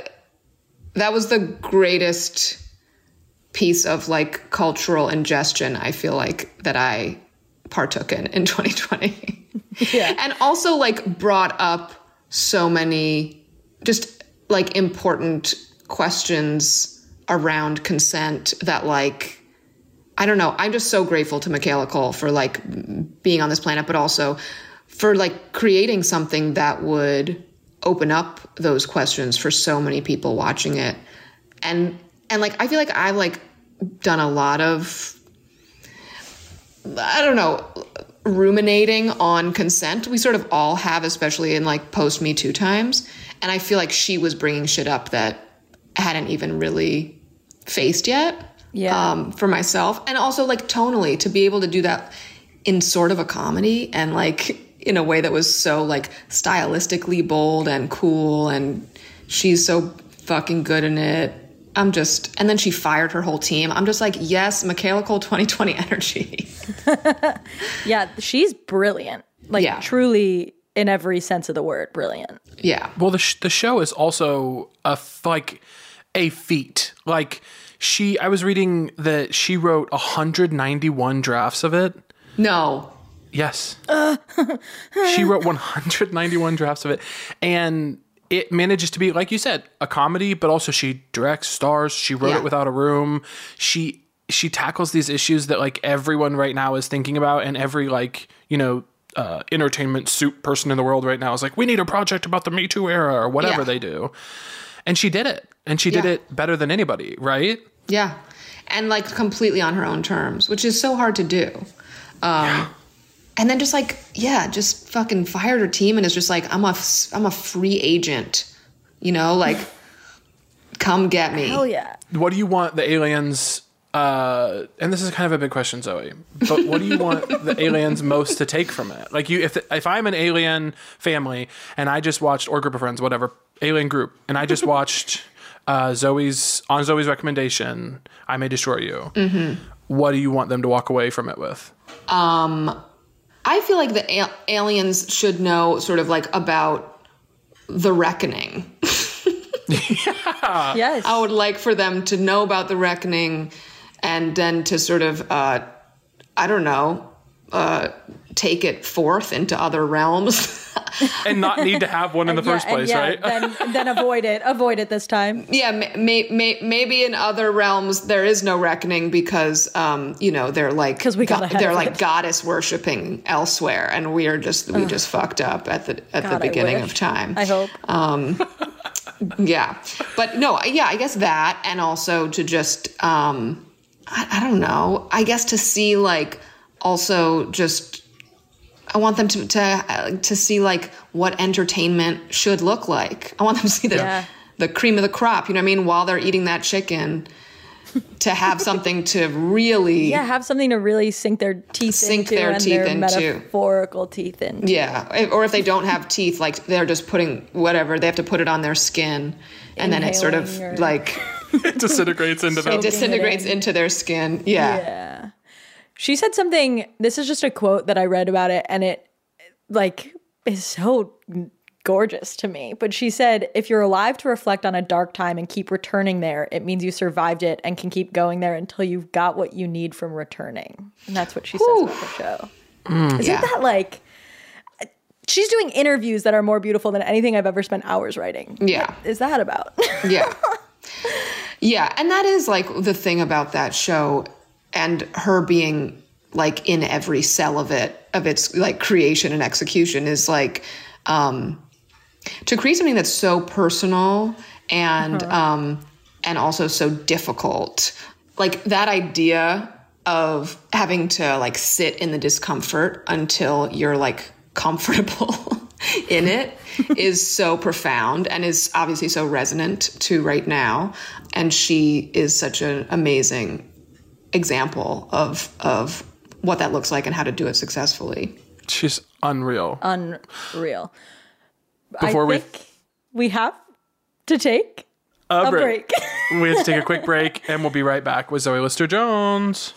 S6: that was the greatest piece of like cultural ingestion I feel like that I partook in in <laughs> 2020.
S3: Yeah.
S6: And also like brought up so many just like important questions around consent that like I don't know. I'm just so grateful to Michaela Cole for like being on this planet, but also for like creating something that would open up those questions for so many people watching it. And and like I feel like I've like done a lot of I don't know ruminating on consent. We sort of all have, especially in like post Me Too times. And I feel like she was bringing shit up that I hadn't even really faced yet
S3: Yeah.
S6: um, for myself and also like tonally to be able to do that in sort of a comedy and like in a way that was so like stylistically bold and cool and she's so fucking good in it i'm just and then she fired her whole team i'm just like yes michaela cole 2020 <laughs> energy
S3: Yeah. She's brilliant. Like
S6: Yeah.
S3: truly in every sense of the word, brilliant.
S6: Yeah.
S2: Well, the sh- the show is also a f- like a feat. Like she, I was reading that she wrote 191 drafts of it.
S6: No.
S2: Yes, <laughs> she wrote 191 drafts of it, and it manages to be like you said, a comedy, but also she directs, stars. She wrote
S6: Yeah.
S2: it without a room. She she tackles these issues that like everyone right now is thinking about, and every like you know. Uh, entertainment soup person in the world right now is like, we need a project about the Me Too era or whatever
S6: Yeah.
S2: they do. And she did it. And she did
S6: Yeah.
S2: it better than anybody, right?
S6: Yeah. And like completely on her own terms, which is so hard to do. Um, And then just like, yeah, just fucking fired her team and is just like, I'm a, f- I'm a free agent, you
S3: <laughs>
S6: know, like, come get me.
S3: Hell yeah.
S2: What do you want the aliens? Uh, and this is kind of a big question, Zoe. But what do you want
S3: <laughs>
S2: the aliens most to take from it? Like, you, if if I'm an alien family and I just watched or group of friends, whatever alien group, and I
S3: <laughs>
S2: just watched uh, Zoe's on Zoe's recommendation, I may destroy you.
S3: Mm-hmm.
S2: What do you want them to walk away from it with?
S6: Um, I feel like the a- aliens should know sort of like about the reckoning. <laughs>
S3: yes.
S6: Uh, I would like for them to know about the reckoning and then to sort of, uh, I don't know, uh, take it forth into other realms. <laughs>
S2: And not need to have
S3: <laughs>
S2: one in the
S3: Yeah,
S2: first
S3: and
S2: place,
S3: yeah,
S2: right? <laughs>
S3: then then avoid it. Avoid it this time.
S6: yeah, may, may, may, maybe in other realms there is no reckoning because, um, you know, they're like
S3: 'Cause we got ahead
S6: they're
S3: of
S6: like
S3: it.
S6: goddess worshiping elsewhere, and we are just we just fucked up at the at
S3: God, I
S6: the beginning
S3: wish.
S6: of time.
S3: I hope.
S6: Um, Yeah. But no, I- yeah, I guess that and also to just um I, I don't know. I guess to see like also just I want them to to uh, to see like what entertainment should look like. I want them to see the
S3: Yeah.
S6: the cream of the crop, you know what I mean, while they're eating that chicken
S3: <laughs>
S6: to have something to really
S3: yeah, have something to really sink their teeth
S6: Sink
S3: into
S6: their
S3: and
S6: teeth
S3: their
S6: into.
S3: metaphorical teeth into.
S6: Yeah, if- or if they don't have teeth, like they're just putting whatever they have to put it on their skin, and then it sort of
S3: Inhaling or-
S6: like
S2: It disintegrates
S3: <laughs>
S2: into
S6: it
S2: that.
S6: disintegrates into their skin. Yeah.
S3: Yeah. She said something. This is just a quote that I read about it, and it like is so gorgeous to me. But she said, if you're alive to reflect on a dark time and keep returning there, it means you survived it and can keep going there until you've got what you need from returning. And that's what she says about the show. Isn't
S6: Yeah.
S3: that like she's doing interviews that are more beautiful than anything I've ever spent hours writing?
S6: Yeah.
S3: What is that about?
S6: Yeah. yeah. And that is like the thing about that show and her being like in every cell of it, of its like creation and execution is like um to create something that's so personal and um and also so difficult. Like that idea of having to like sit in the discomfort until you're like <laughs> comfortable in it is so profound and is obviously so resonant to right now and she is such an amazing example of of what that looks like and how to do it successfunly
S2: She's unreal.
S3: <laughs> Real.
S2: Before
S3: I
S2: we
S3: think we have to take
S2: a
S3: a
S2: break.
S3: break. <laughs>
S2: we have to take a quick break and we'll be right back with Zoe Lister Jones.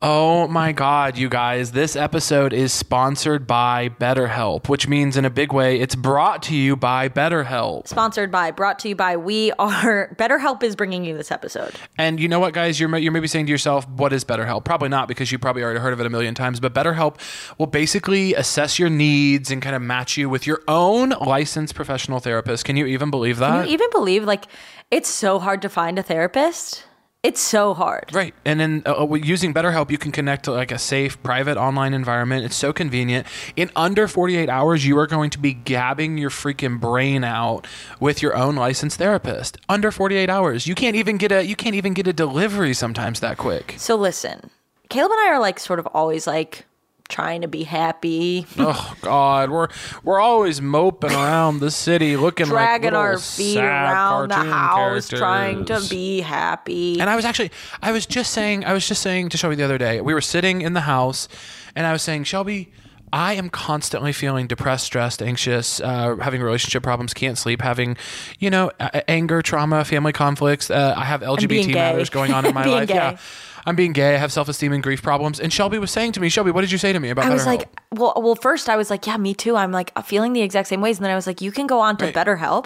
S2: Oh my God, you guys. This episode is sponsored by BetterHelp, which means in a big way, it's brought to you by BetterHelp.
S1: Sponsored by, brought to you by, we are. <laughs> BetterHelp is bringing you this episode.
S2: And you know what, guys? You're, ma- you're maybe saying to yourself, what is BetterHelp? Probably not because you probably already heard of it a million times, but BetterHelp will basically assess your needs and kind of match you with your own licensed professional therapist. Can you even believe that?
S1: Can you even believe, like, it's so hard to find a therapist? It's so hard.
S2: Right. And then uh, uh, using BetterHelp, you can connect to like a safe, private online environment. It's so convenient. In under 48 hours, you are going to be gabbing your freaking brain out with your own licensed therapist. Under 48 hours. You can't even get a you can't even get a delivery sometimes that quick.
S1: So listen, Caleb and I are, like, sort of always, like, trying to be happy,
S2: oh God, we're we're always moping around the city looking
S1: dragging
S2: like little
S1: our feet
S2: sad
S1: around the
S2: cartoon
S1: house,
S2: characters.
S1: trying to be happy.
S2: And I was actually, I was just saying, I was just saying to Shelby the other day, we were sitting in the house, and I was saying, Shelby, I am constantly feeling depressed, stressed, anxious, uh, having relationship problems, can't sleep, having, you know, a- anger, trauma, family conflicts. Uh, I have
S1: being
S2: LGBT
S1: gay. <laughs>
S2: matters going on in my
S1: Being
S2: life. Yeah.
S1: gay.
S2: I'm being gay. I have self esteem and grief problems. And Shelby was saying to me, Shelby, what did you say to me about
S3: I was
S2: BetterHelp?
S3: like, well, well, first I was like, yeah, me too. I'm like feeling the exact same ways. And then I was like, you can go on to
S2: Right.
S3: betterhelp.com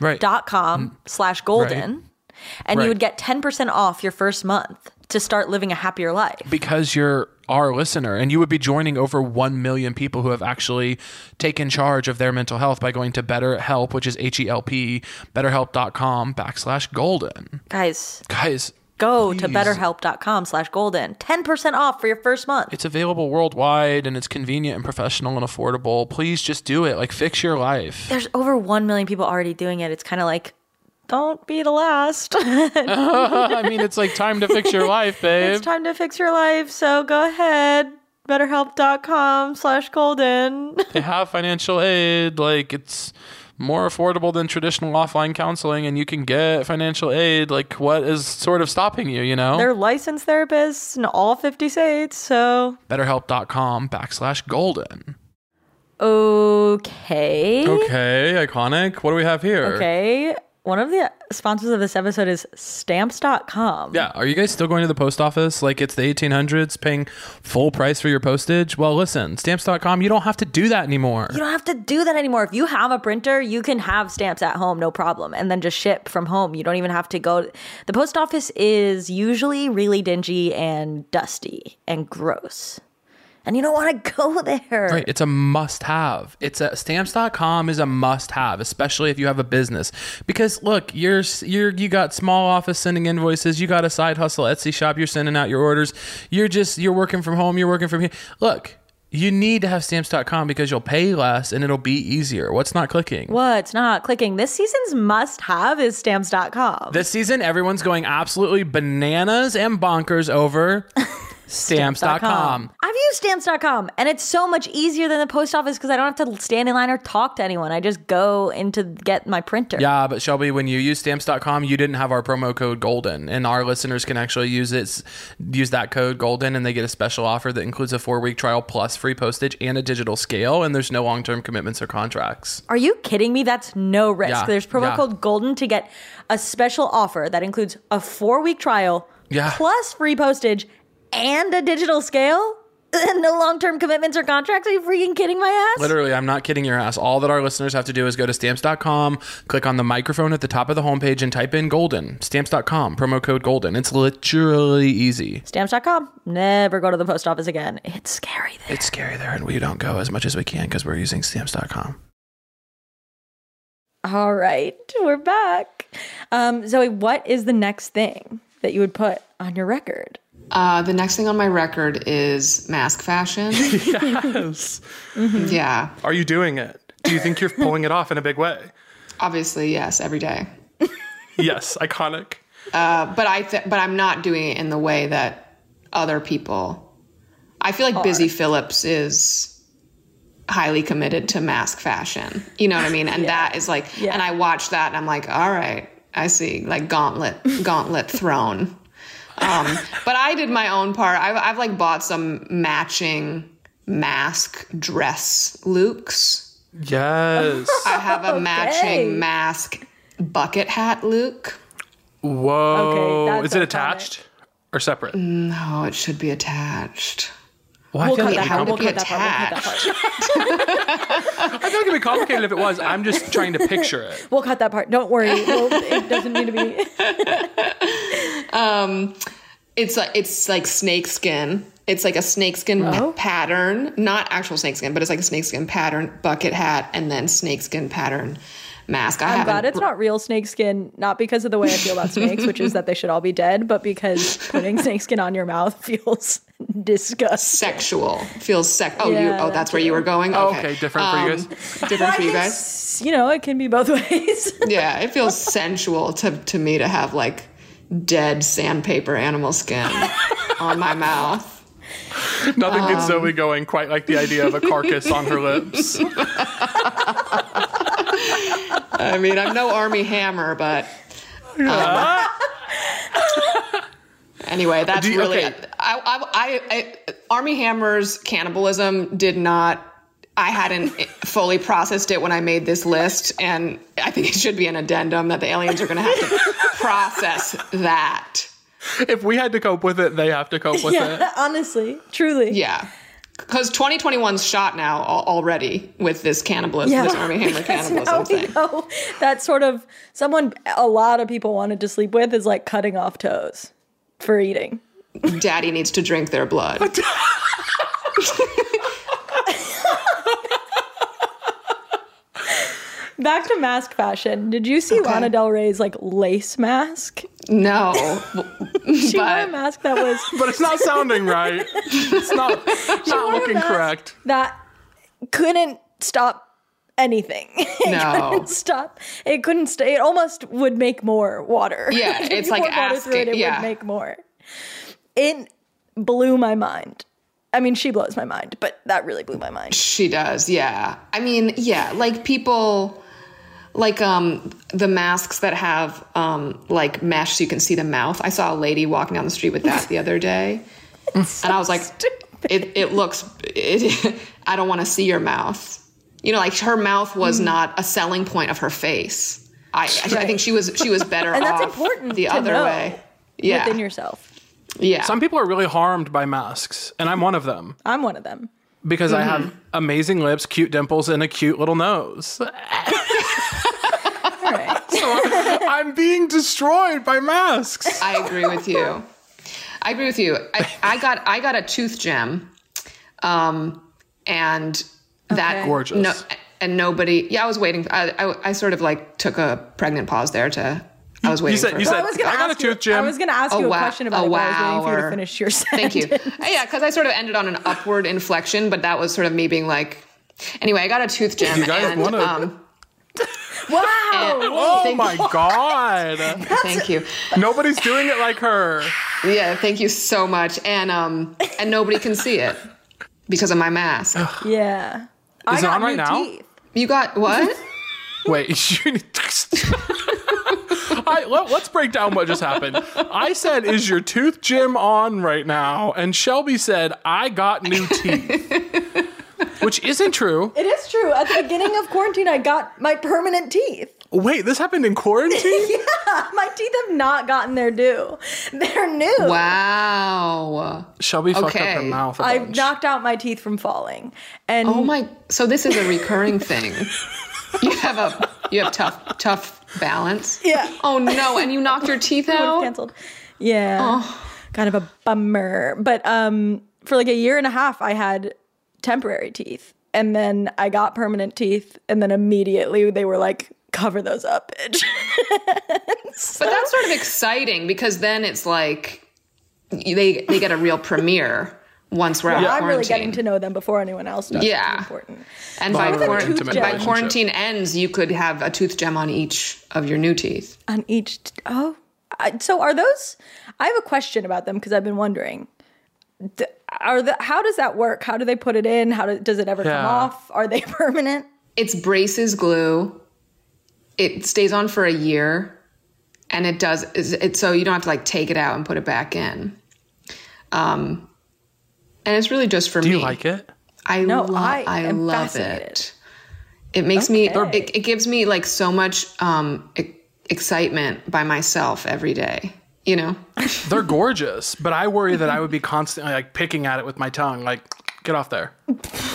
S2: right. Mm.
S3: slash golden and
S2: Right.
S3: you would get 10% off your first month to start living a happier life.
S2: because you're our listener and you would be joining over 1 million people who have actually taken charge of their mental health by going to BetterHelp, which is E H-E-L-P, betterhelp.com backslash golden.
S3: Guys,
S2: Guys,
S3: go to
S2: please.
S3: betterhelp.com slash golden. 10% off for your first month.
S2: It's available worldwide and it's convenient and professional and affordable. Please just do it. Like fix your life. <laughs>
S3: There's over 1 million people already doing it. It's kind of like, don't be the last. <laughs>
S2: I mean, it's like time to fix your life, babe.
S3: it's time to fix your life. So go ahead. Betterhelp.com slash golden.
S2: They have financial aid. Like it's more affordable than traditional offline counseling and you can get financial aid. Like what is sort of stopping you, you know?
S3: They're licensed therapists in all 50 states. So,
S2: betterhelp.com backslash golden.
S3: okay.
S2: Eh? Okay, iconic. What do we have here?
S3: Okay. One of the sponsors of this episode is stamps.com.
S2: Yeah, are you guys still going to the post office like it's the 1800s paying full price for your postage? Well, listen, stamps.com, you don't have to do that anymore.
S3: You don't have to do that anymore. If you have a printer, you can have stamps at home, no problem, and then just ship from home. You don't even have to go. The post office is usually really dingy and dusty and gross. And you don't want to <laughs> go there.
S2: Right. It's a must have. It's a stamps.com is a must have, especially if you have a business. Because look, you're you're you got small office sending invoices, you got a side hustle Etsy shop, you're sending out your orders. You're just you're working from home, you're working from here. Look, you need to have stamps.com because you'll pay less and it'll be easier. What's not clicking?
S3: What's not clicking? This season's must have is stamps.com.
S2: This season everyone's going absolutely bananas and bonkers over stamps.com.
S3: I've used stamps.com and it's so much easier than the post office because I don't have to stand in line or talk to anyone. I just go in to get my printer.
S2: Yeah, but Shelby, when you use stamps.com, you didn't have our promo code golden, and our listeners can actually use it, use that code golden, and they get a special offer that includes a four week trial plus free postage and a digital scale, and there's no long term commitments or contracts.
S3: Are you kidding me? That's no risk.
S2: Yeah,
S3: There's promo
S2: yeah.
S3: code GOLDEN to get a special offer that includes a four week trial
S2: Yeah.
S3: plus free postage and a digital scale. <laughs> And no long term commitments or contracts. Are you freaking kidding my ass?
S2: Literally, I'm not kidding your ass. All that our listeners have to do is go to stamps.com, click on the microphone at the top of the homepage, and type in golden. Stamps.com, promo code golden. It's literally easy.
S3: Stamps.com. Never go to the post office again. It's scary. There.
S2: It's scary there, and we don't go as much as we can because we're using stamps.com.
S8: All right, we're back. Um, Zoe, what is the next thing that you would put on your record?
S6: Uh, the next thing on my record is mask fashion. Mm-hmm.
S2: Yes.
S6: yeah,
S2: Are you doing it? Do you think you're pulling it off in a big way?
S6: obviously, yes, every day.
S2: <laughs>
S6: Uh,
S2: Yes, iconic.
S6: But I, th- but I'm not doing it in the way that other people. I feel like Busy Phillips is highly committed to mask fashion. You know what I mean? And that is like, and I watch that and I'm like, all right, I see, like gauntlet, gauntlet thrown. Um, but I did my own part. I've, I've like bought some matching mask dress looks.
S2: Yes.
S6: I
S8: <laughs>
S6: have a matching mask bucket hat Luke.
S2: Whoa.
S8: Okay, that's
S2: Is it
S8: iconic.
S2: attached or separate?
S6: Oh, it should be attached.
S2: Well, I feel like
S6: Wait,
S2: it'd be
S6: how would
S2: complicated.
S6: it be attached?
S2: I feel like it'd be complicated if it was. I'm just trying to picture it.
S8: We'll cut that part. Don't
S2: <laughs>
S8: worry. We'll, it doesn't need to be.
S6: It's like it's like snake skin. It's like a snakeskin
S8: Oh.
S6: p- pattern, not actual snakeskin, but it's like a snakeskin pattern bucket hat, and then snakeskin pattern mask. I
S8: I'm
S6: haven't
S8: glad it's not real snake skin, not because of the way I feel about snakes, which is that they should all be dead, but because putting snake skin on your mouth feels disgusting.
S6: sexual. Feels sex. Oh, you.
S8: Yeah,
S6: Oh, that's
S8: that's
S6: where you were going. Okay,
S2: okay, different for you
S6: guys. Different for you guys.
S8: It's, You know, it can be both ways.
S6: Yeah, it feels sensual to, to me to have like dead sandpaper animal skin on my mouth.
S2: Nothing gets Zoe going quite like the idea of a carcass on her lips.
S6: I mean, I'm no army hammer, but. um, anyway, that's
S2: Do you-
S6: really.
S2: okay.
S6: I, I, I, I, army hammer's cannibalism did not. I hadn't fully processed it when I made this list, and I think it should be an addendum that the aliens are going to have to process that.
S2: if we had to cope with it, they have to cope
S8: <laughs>
S2: with it.
S3: yeah, honestly, truly.
S6: Yeah. Because 2021's shot now al- already with this cannibalism,
S3: Yeah.
S6: this army hammer
S3: Because <laughs> now
S6: cannibalism
S3: we
S6: thing.
S3: know that sort of someone a lot of people wanted to sleep with is like cutting off toes for eating.
S6: Daddy needs to drink their blood.
S3: Back to mask fashion. Did you see Lana Del Rey's like lace mask?
S6: No.
S3: She wore a
S6: But-
S3: mask that was
S6: <laughs>
S2: But it's not sounding right. It's not, not looking
S3: mask
S2: correct.
S3: that couldn't stop anything. <laughs> it
S6: No.
S3: couldn't stop. It couldn't stay. It almost would make more water. <laughs>
S6: Yeah,
S3: If
S6: it's
S3: you
S6: like
S3: poured water through
S6: asking-
S3: it, it
S6: yeah.
S3: would make more. It blew my mind. I mean, she blows my mind, but that really blew my mind.
S6: She does, yeah. I mean, yeah, like people like um the masks that have um like mesh so you can see the mouth. I saw a lady walking down the street with that the
S3: <laughs>
S6: other day. and I was like it it looks it, <laughs> I don't want to see your mouth. You know, like her mouth was
S3: Mm.
S6: not a selling point of her face. I I think she was she was
S3: <laughs>
S6: better
S3: And that's
S6: off
S3: important
S6: the
S3: to
S6: other
S3: know
S6: way. Yeah.
S3: Within yourself.
S6: yeah.
S2: Some people are really harmed by masks, and I'm one of them
S3: I'm one of them.
S2: because I have amazing lips, cute dimples, and a cute little nose. <laughs>
S3: All <laughs> right.
S2: I'm being destroyed by
S6: <laughs>
S2: masks.
S6: I agree with you. I agree with you. I, I got I got a tooth gem, um, and that
S2: Gorgeous.
S6: No, and nobody. Yeah, I was waiting. I, I I sort of like took a pregnant pause there to. I was waiting.
S2: You said,
S6: for
S2: you
S6: her-
S2: said
S3: I was
S2: I,
S3: gonna
S2: got a
S3: ask you-
S2: tooth, Jim.
S3: I was going to ask
S6: A
S3: you a
S6: wa-
S3: question about
S6: a
S3: it, but I was waiting for you
S6: wow
S3: to
S6: or-
S3: finish your sentence.
S6: Thank
S3: <laughs>
S6: you. yeah, because I sort of ended on an upward inflection, but that was sort of me being like. Anyway, I got a tooth gem.
S2: You guys
S6: and,
S2: wanna-
S6: um,
S3: Wow.
S2: oh
S6: thank-
S2: my god!
S6: Thank you.
S2: Nobody's doing it like her.
S6: Yeah, thank you so much. And um, and nobody can see it because of
S2: <sighs>
S6: my mask.
S3: yeah.
S2: Is it on right now?
S6: You got what?
S2: Wait, <laughs> you need. I, let, us break down what just happened. I said, "Is your tooth gym on right now?" And Shelby said, "I got new teeth,"
S6: <laughs>
S2: which isn't true.
S3: It is true. At the beginning of quarantine, I got my permanent teeth. <laughs>
S2: Wait, this happened in quarantine.
S6: <laughs>
S3: My teeth have not gotten their due. They're new.
S6: Wow.
S2: Shelby fucked up her
S6: Okay.
S2: mouth. a
S3: I
S2: bunch.
S3: knocked out my teeth from falling, and
S6: Oh my so this is a recurring thing. You have a you have tough tough balance.
S3: Yeah.
S6: Oh no, and you knocked your teeth out? Oh.
S3: canceled. Yeah, kind of a bummer. But um, for like a year and a half, I had temporary teeth, and then I got permanent teeth, and then immediately they were like, "Cover those up,
S2: <laughs>
S3: bitch."
S6: But that's sort of exciting because then it's like you- they they get a real premiere once we're out of
S3: I'm
S6: quarantine.
S3: really getting to know them before anyone else does. which is
S6: Yeah.
S3: important.
S6: and by,
S2: More
S6: quarant-
S2: intimate
S6: by
S2: relationship.
S6: quarantine ends, you could have a tooth gem on each of your new teeth.
S3: on each t- oh I, so are those i have a question about them because i've been wondering D- are the how does that work how do they put it in how do, does it ever come
S2: Yeah.
S3: off are they <laughs> permanent
S6: It's braces glue. It stays on for a year, and it does. It's, it's so you don't have to like take it out and put it back in. Um, and it's really just for
S2: Do
S6: me.
S2: you like it?
S6: I
S3: No,
S6: love.
S3: I
S6: I,
S3: am
S6: love
S3: fascinated.
S6: it. It makes me.
S3: Okay.
S6: It, it gives me like so much um, e- excitement by myself every day. You know.
S2: They're gorgeous, but I worry that I would be
S6: <laughs>
S2: constantly like picking at it with my tongue, like get off
S6: <sighs>
S2: there.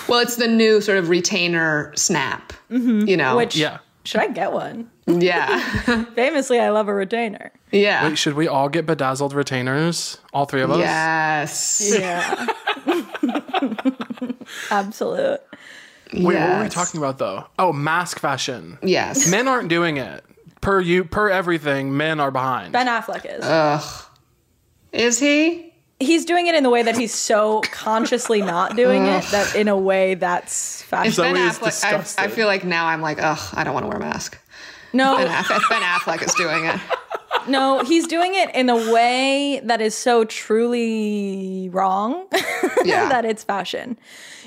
S6: Well, it's the new sort of retainer snap. You know.
S3: Mm-hmm. which
S2: Yeah.
S3: should i get one
S6: yeah. <laughs>
S3: famously i love a retainer
S6: yeah.
S2: Wait, should we all get bedazzled retainers? All three of us.
S6: yes.
S3: yeah <laughs> absolute
S2: Wait, what were we talking about though? Oh, mask fashion.
S6: Yes.
S2: Men aren't doing it. Per you, per everything, men are behind.
S3: ben affleck is
S6: Uh, Is he?
S3: he's doing it in the way that he's so consciously not doing it that in a way that's
S6: It's
S3: fashion
S6: Ben
S2: Zoe is
S6: Affleck. I, I
S2: disgusted.
S6: feel like now I'm like, ugh, I don't want to wear a mask.
S3: no
S6: Ben Affleck, ben Affleck is doing it.
S3: No, he's doing it in a way that is so truly wrong <laughs>
S6: Yeah.
S3: that it's fashion.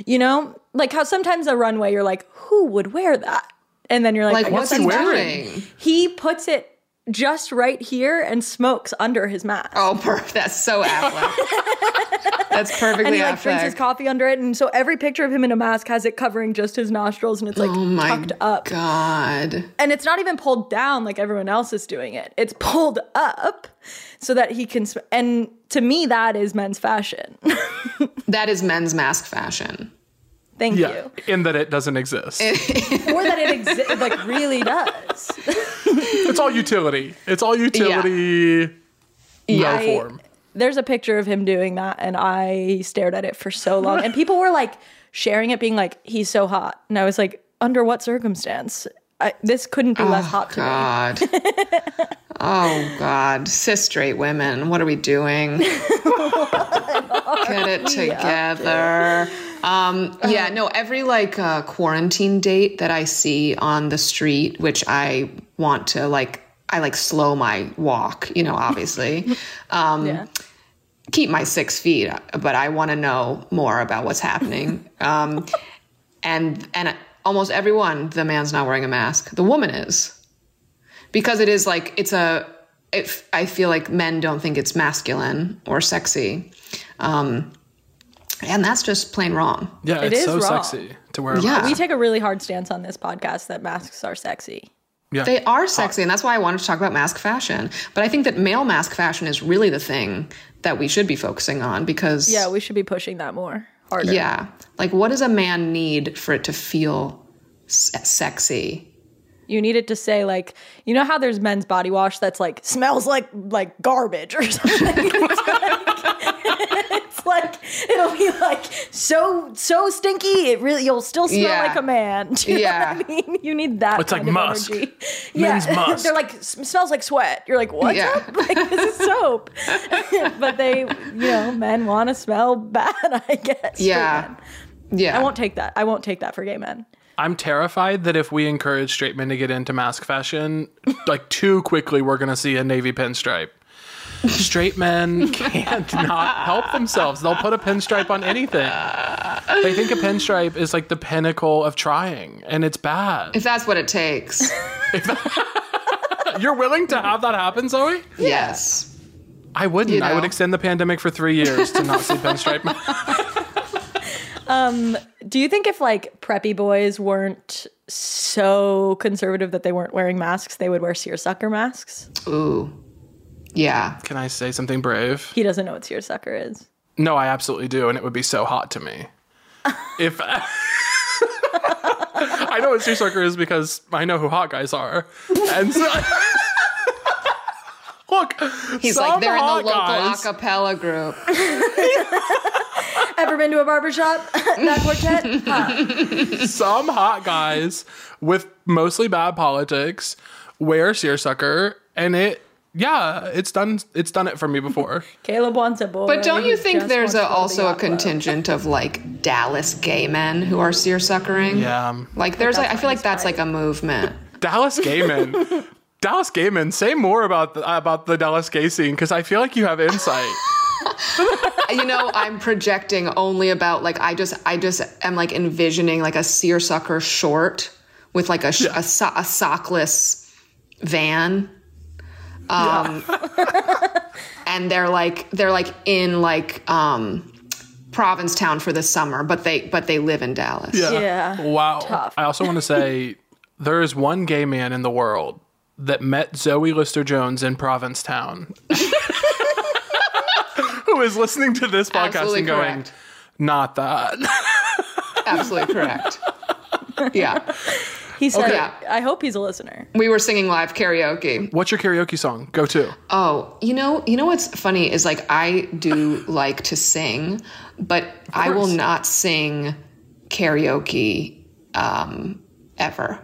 S3: You know, like how sometimes a runway you're like, who would wear that? And then you're like,
S6: <laughs> Like,
S3: I guess
S6: what's he
S3: that's
S6: wearing?
S3: fashion. He puts it just right here and smokes under his mask.
S6: Oh, perfect. That's so Affleck. <laughs> That's
S3: and
S6: perfectly
S3: he like drinks his
S6: Affleck.
S3: coffee under it, and so every picture of him in a mask has it covering just his nostrils, and it's like
S6: oh my
S3: tucked up,
S6: god.
S3: and it's not even pulled down like everyone else is doing it. It's pulled up so that he can. Sm- and to me, that is men's fashion. <laughs>
S6: That is men's mask fashion.
S3: Thank
S2: Yeah, in that it doesn't
S6: <laughs>
S2: exist.
S3: you, or that it exists, like really does.
S2: it's all utility. It's all utility.
S6: Yeah.
S2: No form.
S3: there's a picture of him doing that and i stared at it for so long and people were like sharing it being like he's so hot and i was like under what circumstance I, this couldn't be less hot to me
S6: God. oh God. Cis straight women. What are we doing? Get it together. Um, yeah, no, every like uh, quarantine date that I see on the street, which I want to like, I like slow my walk, you know, obviously. Um, Keep my six feet, but I want to know more about what's happening. Um, and and almost everyone the man's not wearing a mask the woman is because it is like it's a it, i feel like men don't think it's masculine or sexy um and that's just plain wrong
S2: Yeah,
S3: It
S2: it's
S3: is
S2: so
S3: wrong.
S2: sexy to wear. a mask.
S6: yeah
S3: we take a really hard stance on this podcast that masks are sexy
S2: yeah.
S6: they are sexy and that's why i wanted to talk about mask fashion but i think that male mask fashion is really the thing that we should be focusing on because
S3: yeah we should be pushing that more harder
S6: yeah like what does a man need for it to feel se- sexy
S3: you needed to say like you know how there's men's body wash that's like smells like like garbage or <laughs> something it's like it'll be like so so stinky it really you'll still smell
S6: Yeah.
S3: like a man <laughs> Do you
S6: Yeah.
S3: know what i mean you need that
S2: It's
S3: kind
S2: like
S3: of
S2: musk.
S3: energy
S2: Men's
S3: yeah
S2: musk.
S3: they're like "Sm- smells like sweat you're like what's
S6: Yeah.
S3: up <laughs> like this is soap <laughs> but they you know men want to smell bad <laughs> i guess for
S6: yeah
S3: men.
S6: yeah
S3: i won't take that i won't take that for gay men
S2: I'm terrified that if we encourage straight men to get into mask fashion, like too quickly, we're going to see a navy pinstripe. Straight men <laughs> can't not help themselves. They'll put a pinstripe on anything. They think a pinstripe is like the pinnacle of trying, and it's bad.
S6: if that's what it takes
S2: You're willing to have that happen, Zoe?
S6: yes
S2: I wouldn't.
S6: You
S2: I would
S6: know.
S2: extend the pandemic for three years to not see pinstripe. <laughs>
S3: Do you think if like preppy boys weren't so conservative that they weren't wearing masks, they would wear seersucker masks?
S6: Ooh. Yeah.
S2: Can I say something brave?
S3: He doesn't know what seersucker is.
S2: No, I absolutely do, and it would be so hot to
S6: <laughs>
S2: me. If <laughs> I know what seersucker is because I know who hot guys are, and so <laughs> look,
S6: He's like, they're in the local a cappella group.
S3: Ever been to a barbershop? <laughs> that quartet? Huh.
S2: some hot guys with mostly bad politics wear seersucker, and it yeah, it's done. It's done it for me before.
S3: Caleb wants a boy.
S6: But don't you
S3: who
S6: think
S3: just wants
S6: there's a,
S3: to go to
S6: also
S3: the
S6: a
S3: yacht club?
S6: contingent of like Dallas gay men who are seersuckering?
S2: Yeah.
S6: Like there's like, I feel like that's like a movement. <laughs>
S2: Dallas Gaiman. Dallas Gaiman, say more about the, about the Dallas gay scene because I feel like you have insight.
S6: you know, I'm projecting only about like, I just, I just am like envisioning like a seersucker short with like a, sh- a, so- a sockless van. Um, <laughs> and they're like they're like in like um Provincetown for the summer, but they but they live in Dallas.
S3: Yeah.
S2: Wow. I also want to
S6: <laughs>
S2: say there is one gay man in the world that met Zoe Lister Jones in
S6: <laughs>
S2: Provincetown. Who is listening to this podcast
S6: Absolutely
S2: and going,
S6: correct.
S2: not that.
S6: Absolutely correct. Yeah.
S3: He said,
S6: Okay.
S3: I hope he's a listener.
S6: We were singing live karaoke.
S2: What's your karaoke song? Go to.
S6: Oh, you know, you know what's funny is like I
S2: <laughs>
S6: do like to sing, but I will not sing karaoke um ever.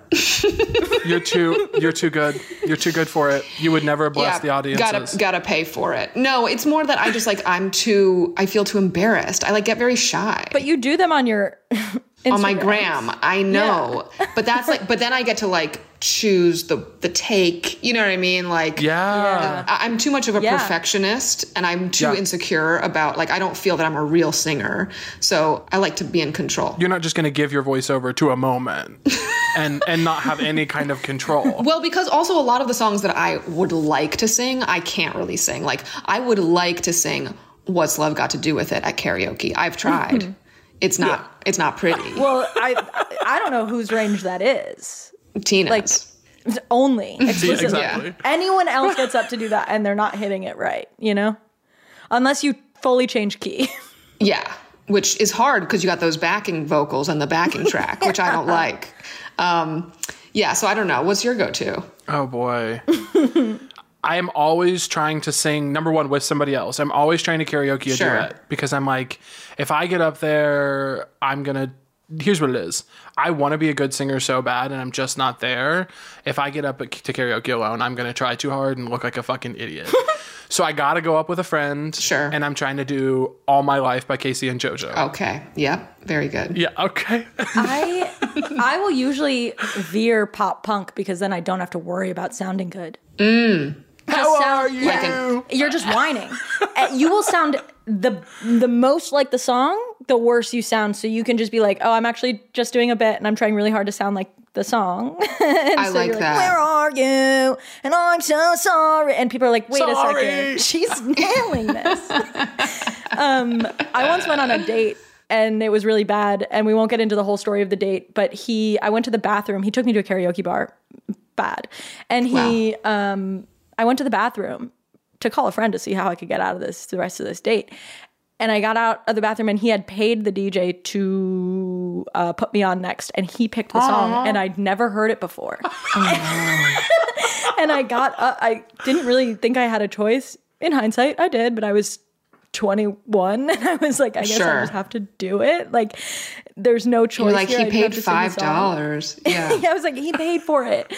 S6: <laughs>
S2: You're too you're too good. You're too good for it. You would never bless the audiences.
S6: Gotta gotta pay for it. No, it's more that I just like I'm too I feel too embarrassed. I like get very shy.
S3: But you do them on your <laughs>
S6: on my gram.
S2: <laughs>
S6: I know. But that's like but then I get to like choose the the take. You know what I mean? Like
S2: yeah.
S6: I- I'm too much of a
S3: Yeah.
S6: perfectionist and I'm too
S2: Yeah.
S6: insecure about like I don't feel that I'm a real singer. So I like to be in control. <laughs>
S2: You're not just gonna give your voice over to a moment. and and not have any kind of control.
S6: Well, because also a lot of the songs that I would like to sing, I can't really sing. Like I would like to sing "What's Love Got to Do with It" at karaoke. I've tried. it's not. It's not pretty.
S3: Mm-hmm. Well, I I don't know whose range that is.
S6: Tina's.
S3: like- It's only
S2: See,
S3: explicitly.
S2: exactly.
S3: Anyone else gets up to do that and they're not hitting it right, you know? Unless you fully change key. <laughs>
S6: yeah, which is hard because you got those backing vocals and the backing track, which I
S3: <laughs>
S6: don't like. Um, yeah, so I don't know. What's your go-to?
S2: Oh
S6: <laughs>
S2: boy. I am always trying to sing number one with somebody else. I'm always trying to karaoke a
S6: Sure.
S2: duet because I'm like, if I get up there, I'm gonna. Here's what it is. I want to be a good singer so bad, and I'm just not there. If I get up at- to karaoke alone, I'm gonna try too hard and look like a fucking idiot.
S6: <laughs>
S2: so I gotta go up with a friend.
S6: Sure. Oh.
S2: And I'm trying to do "All My Life" by Casey and JoJo.
S6: Okay. Yep. Very good.
S2: Yeah. Okay. <laughs>
S3: I I will usually veer pop punk because then I don't have to worry about sounding good.
S2: How are you?
S6: Like an-
S3: You're just whining. Uh, you will sound the the most like the song, the worse you sound. So you can just be like, "Oh, I'm actually just doing a bit, and I'm trying really hard to sound like the song." <laughs>
S6: I like
S3: You're like,
S6: that.
S3: Where are you? And I'm so sorry. And people are like, wait
S2: Sorry.
S3: a second.
S6: <laughs>
S3: She's nailing this. um, I once went on a date and it was really bad. And we won't get into the whole story of the date, but he, I went to the bathroom. He took me to a karaoke bar. Bad. And he, um, I went to the bathroom to call a friend to see how I could get out of this the rest of this date. And I got out of the bathroom and he had paid the DJ to uh, put me on next. And he picked the song and I'd never heard it before.
S6: Oh,
S3: <laughs> and I got up. I didn't really think I had a choice. In hindsight, I did, but I was 21 <laughs> and I was like, I guess
S6: Sure.
S3: I just have to do it. Like, there's no choice.
S6: like
S3: here.
S6: he
S3: I have
S6: paid
S3: to sing the
S6: five
S3: song. <laughs>
S6: dollars. Yeah.
S3: Yeah, I was like, he paid for it.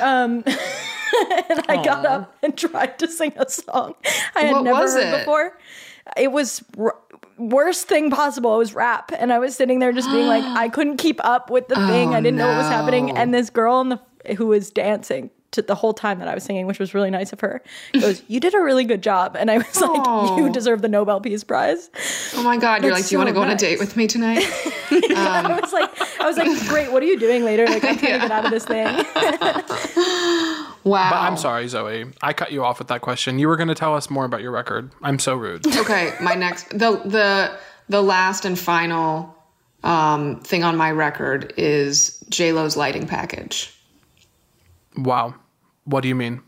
S3: Um, <laughs> and I got up and tried to sing a song I had
S6: What
S3: never
S6: was
S3: heard
S6: it?
S3: before. It was r- worst thing possible. It was rap, and I was sitting there just being like, I couldn't keep up with the thing. I didn't know what was happening,
S6: Oh, no.
S3: and this girl in the who was dancing. To the whole time that I was singing, which was really nice of her, goes, "You did a really good job," and I was like, "You
S6: Aw.
S3: deserve the Nobel Peace Prize."
S6: Oh my God! You're
S3: That's
S6: like, do you want to
S3: so
S6: go on a
S3: nice.
S6: date with me tonight?
S3: <laughs> I was like, "I was like, great. What are you doing later? Like, I'm trying to get out of this thing."
S6: Wow.
S2: But I'm sorry, Zoe. I cut you off with that question. You were going to tell us more about your record. I'm so <laughs> rude.
S6: okay my next the the the last and final um, thing on my record is j lo's lighting package
S2: wow. What do you mean?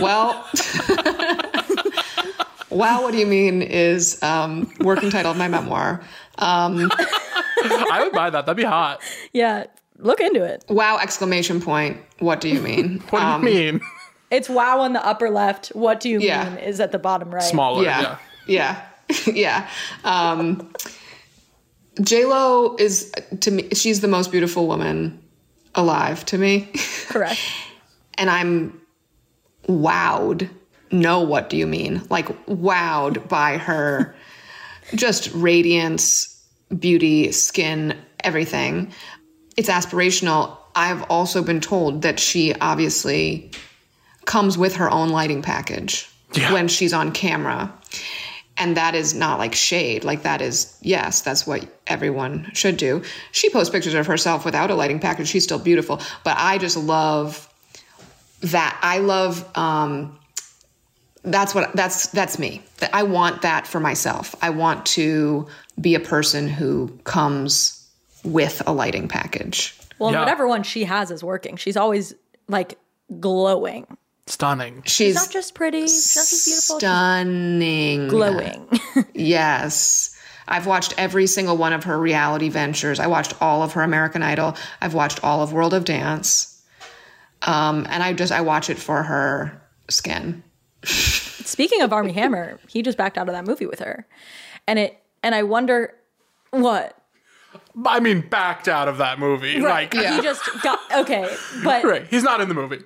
S6: well <laughs> wow what do you mean is um, working title of my memoir um,
S2: I would buy that. That'd be hot.
S3: <laughs> yeah, look into it.
S6: wow exclamation point what do you mean
S2: What do you mean? <laughs>
S3: It's wow on the upper left. What do you
S6: Yeah.
S3: mean is at the bottom right.
S2: Smaller. Yeah.
S6: yeah yeah yeah, <laughs> um j lo is to me she's the most beautiful woman alive to me <laughs>
S3: Correct.
S6: and I'm wowed. No, what do you mean? Like wowed by her just radiance, beauty, skin, everything. It's aspirational. I've also been told that she obviously comes with her own lighting package
S2: Yeah.
S6: when she's on camera. And that is not like shade. Like, that is, yes, that's what everyone should do. She posts pictures of herself without a lighting package. She's still beautiful. But I just love that. I love, um, that's what that's that's me That i want that for myself i want to be a person who comes with a lighting package
S3: Well,
S2: Yeah.
S3: whatever one she has is working. She's always like glowing.
S2: Stunning.
S6: she's,
S3: She's not just pretty. She's not just beautiful.
S6: stunning
S3: she's glowing. <laughs>
S6: Yes. I've watched every single one of her reality ventures. I watched all of her American Idol. I've watched all of World of Dance. Um, and I just, I watch it for her skin.
S3: Speaking of Army Hammer, he just backed out of that movie with her, and it. And I wonder what
S2: I mean, backed out of that movie. Like,
S6: Yeah.
S3: he just got. Okay,
S2: <laughs>
S3: but
S2: right. He's not in the movie.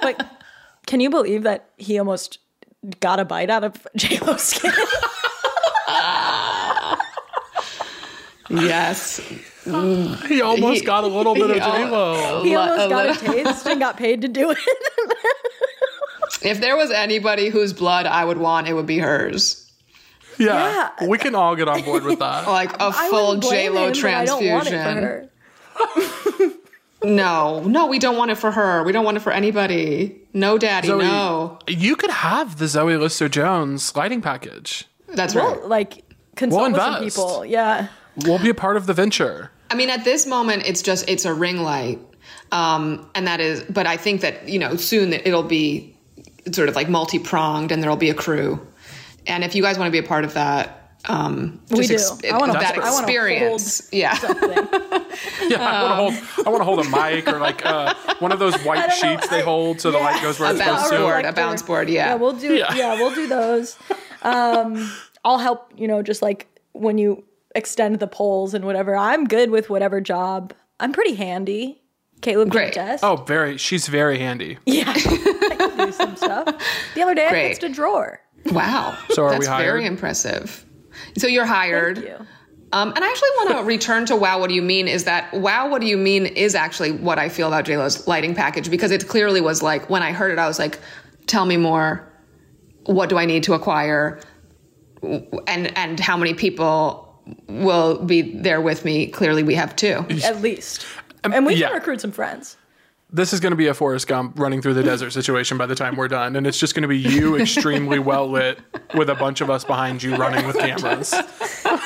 S3: but can you believe that he almost got a bite out of <laughs> J Lo's skin?
S6: Yes.
S2: He almost got a <laughs> little bit of J Lo.
S3: He almost got
S6: <laughs>
S3: a taste and got paid to do it.
S6: If there was anybody whose blood I would want, it would be hers.
S2: Yeah. <laughs> Oh, We can all get on board with that.
S6: Like a
S3: I
S6: full
S3: wouldn't blame
S6: J Lo
S3: him, but I don't want it for
S6: transfusion.
S3: her.
S6: No, no, we don't want it for her. We don't want it for anybody. No, daddy,
S2: Zoe,
S6: no.
S2: You could have the Zoe Lister Jones lighting package.
S6: That's right.
S3: Like consult
S2: We'll
S3: with some
S2: invest.
S3: people. Yeah.
S2: We'll be a part of the venture.
S6: I mean, at this moment, it's just it's a ring light, um, and that is. But I think that you know soon that it'll be sort of like multi pronged, and there'll be a crew. And if you guys want to be a part of that, um,
S3: We
S6: just
S3: do. I wanna-
S6: that
S2: I wanna hold-
S6: experience.
S3: <laughs>
S6: yeah,
S2: Yeah, <laughs> I want to hold. I want to hold a mic or like uh, one of
S3: <laughs>
S2: those white
S3: don't know.
S2: sheets they hold so the
S3: Yeah.
S2: light goes where
S6: a
S2: it's supposed
S6: bounce
S2: to.
S6: board, a
S3: Collector.
S6: bounce board. Yeah,
S3: Yeah, we'll do.
S2: Yeah.
S3: Yeah, we'll do those. Um, I'll help. You know, just like when you extend the polls and whatever. I'm good with whatever job. I'm pretty handy. Caleb
S6: Great.
S3: can attest.
S2: Oh, very. She's very handy.
S3: Yeah, <laughs> I can do some stuff. The other day I
S6: Great.
S3: fixed a drawer.
S6: wow.
S2: So are we
S6: That's
S2: hired?
S6: very impressive. So you're hired.
S3: Thank you.
S6: Um, and I actually want to return to Wow, What Do You Mean? Is that Wow, What Do You Mean is actually what I feel about JLo's lighting package because it clearly was like, when I heard it, I was like, tell me more. What do I need to acquire? And, and how many people will be there with me? Clearly, we have two.
S3: At least, and we
S2: Um, yeah.
S3: can recruit some friends.
S2: This is going to be a Forrest Gump running through the desert situation by the time we're done, and it's just going to be
S3: <laughs>
S2: you extremely well lit with a bunch of us behind you running with cameras.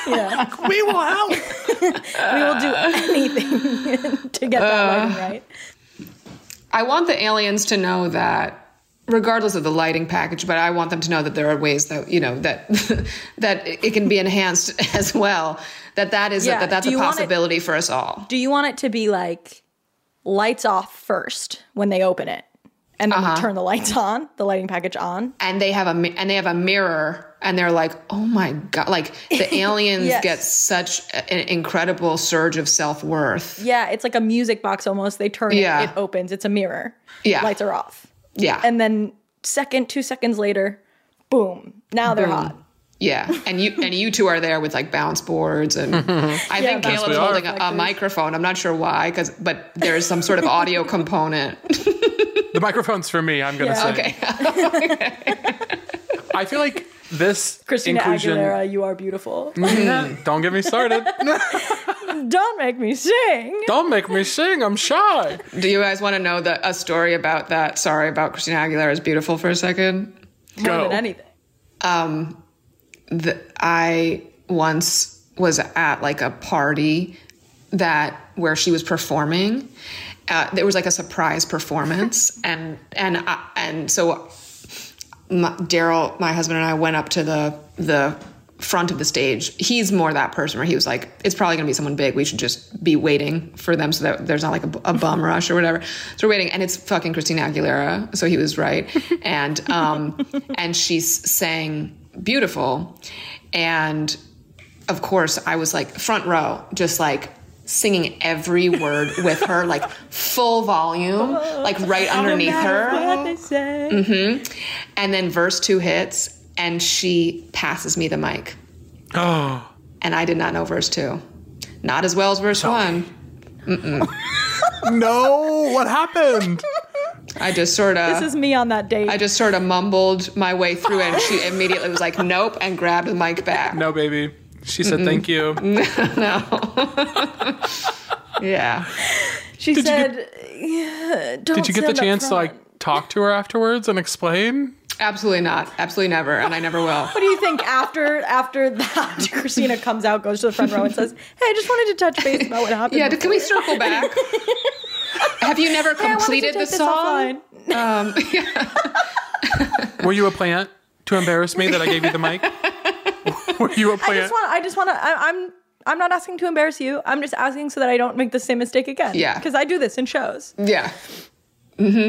S3: Yeah,
S2: We will help.
S3: <laughs> we will do anything <laughs> to get that lighting
S2: Uh.
S3: right.
S6: I want the aliens to know that regardless of the lighting package but i want them to know that there are ways that you know that <laughs> that it can be enhanced <laughs> as well that that is
S3: Yeah,
S6: that that's
S3: do
S6: a
S3: you want it-
S6: possibility for us all
S3: Do you want it to be like lights off first when they open it, and then
S2: Uh-huh.
S3: we turn the lights on, the lighting package on?
S6: and they have a mi- and they have a mirror and they're like oh my god like
S3: <laughs>
S6: the aliens
S3: Yes.
S6: get such a- an incredible surge of self-worth
S3: Yeah, it's like a music box almost. They turn
S6: Yeah.
S3: it, it opens, it's a mirror.
S6: Yeah.
S3: lights are off,
S6: yeah
S3: and then second, two seconds later, boom! Now they're hot.
S6: yeah and you and you two are there with like bounce boards and i think
S3: bounce
S6: caleb's
S2: board
S6: holding a, a microphone i'm not sure why because but there's some sort of
S3: <laughs>
S6: audio component <laughs>
S2: The microphone's for me. I'm going to
S3: Yeah.
S2: say.
S6: okay
S2: I feel like this
S3: <laughs> Christina
S2: inclusion.
S3: Aguilera, you are beautiful.
S2: Mhm. Don't get me
S3: <laughs>
S2: started.
S3: Don't make me sing.
S2: Don't make me sing. I'm shy.
S6: do you guys want to know the, a story about that sorry about christina aguilera is beautiful for a second
S2: Go.
S3: More
S2: <gasps>
S3: than anything.
S6: um, the, I once was at like a party that where she was performing. Uh, there was like a surprise performance, and and I, and so my, Daryl, my husband, and I went up to the the front of the stage. He's more that person where he was like, "It's probably going to be someone big. We should just be waiting for them so that there's not like a, a bum rush or whatever." So we're waiting, and it's fucking Christina Aguilera. So he was right, and um, <laughs> and she s- sang "Beautiful," and of course I was like front row, just like singing every word with her like full volume like right underneath her
S3: What they say.
S2: Uh.
S6: and then verse two hits, and she passes me the mic.
S2: Oh,
S6: And I did not know verse two. Not as well as verse one.
S2: no. What happened?
S6: I just sort
S3: This is
S6: of.
S3: me on that date.
S6: I just sort of mumbled my way through, and she immediately was like, "Nope," and grabbed the mic back.
S2: No, baby. She said thank you.
S6: Yeah,
S3: she
S2: Did you
S3: said,
S2: get-
S3: "Yeah, don't
S2: Did you get the
S3: stand up
S2: chance to
S3: front."
S2: like talk to her afterwards and explain?
S6: absolutely not, absolutely never, and I never will.
S3: What do you think after after that? <laughs> Christina comes out, goes to the front row, and says, "Hey, I just wanted to touch base about what happened."
S6: <laughs> Yeah, can we circle
S3: <laughs>
S6: back? Have you never
S3: I wanted to
S6: completed the
S3: take this
S6: song?
S3: offline."
S6: Um,
S2: Were you a plant to embarrass me that I gave you the mic? <laughs> Were you a
S3: I
S2: plant?
S3: just want. I just want to. I'm. I'm not asking to embarrass you. I'm just asking so that I don't make the same mistake again.
S6: Yeah.
S3: Because I do this in shows.
S6: yeah,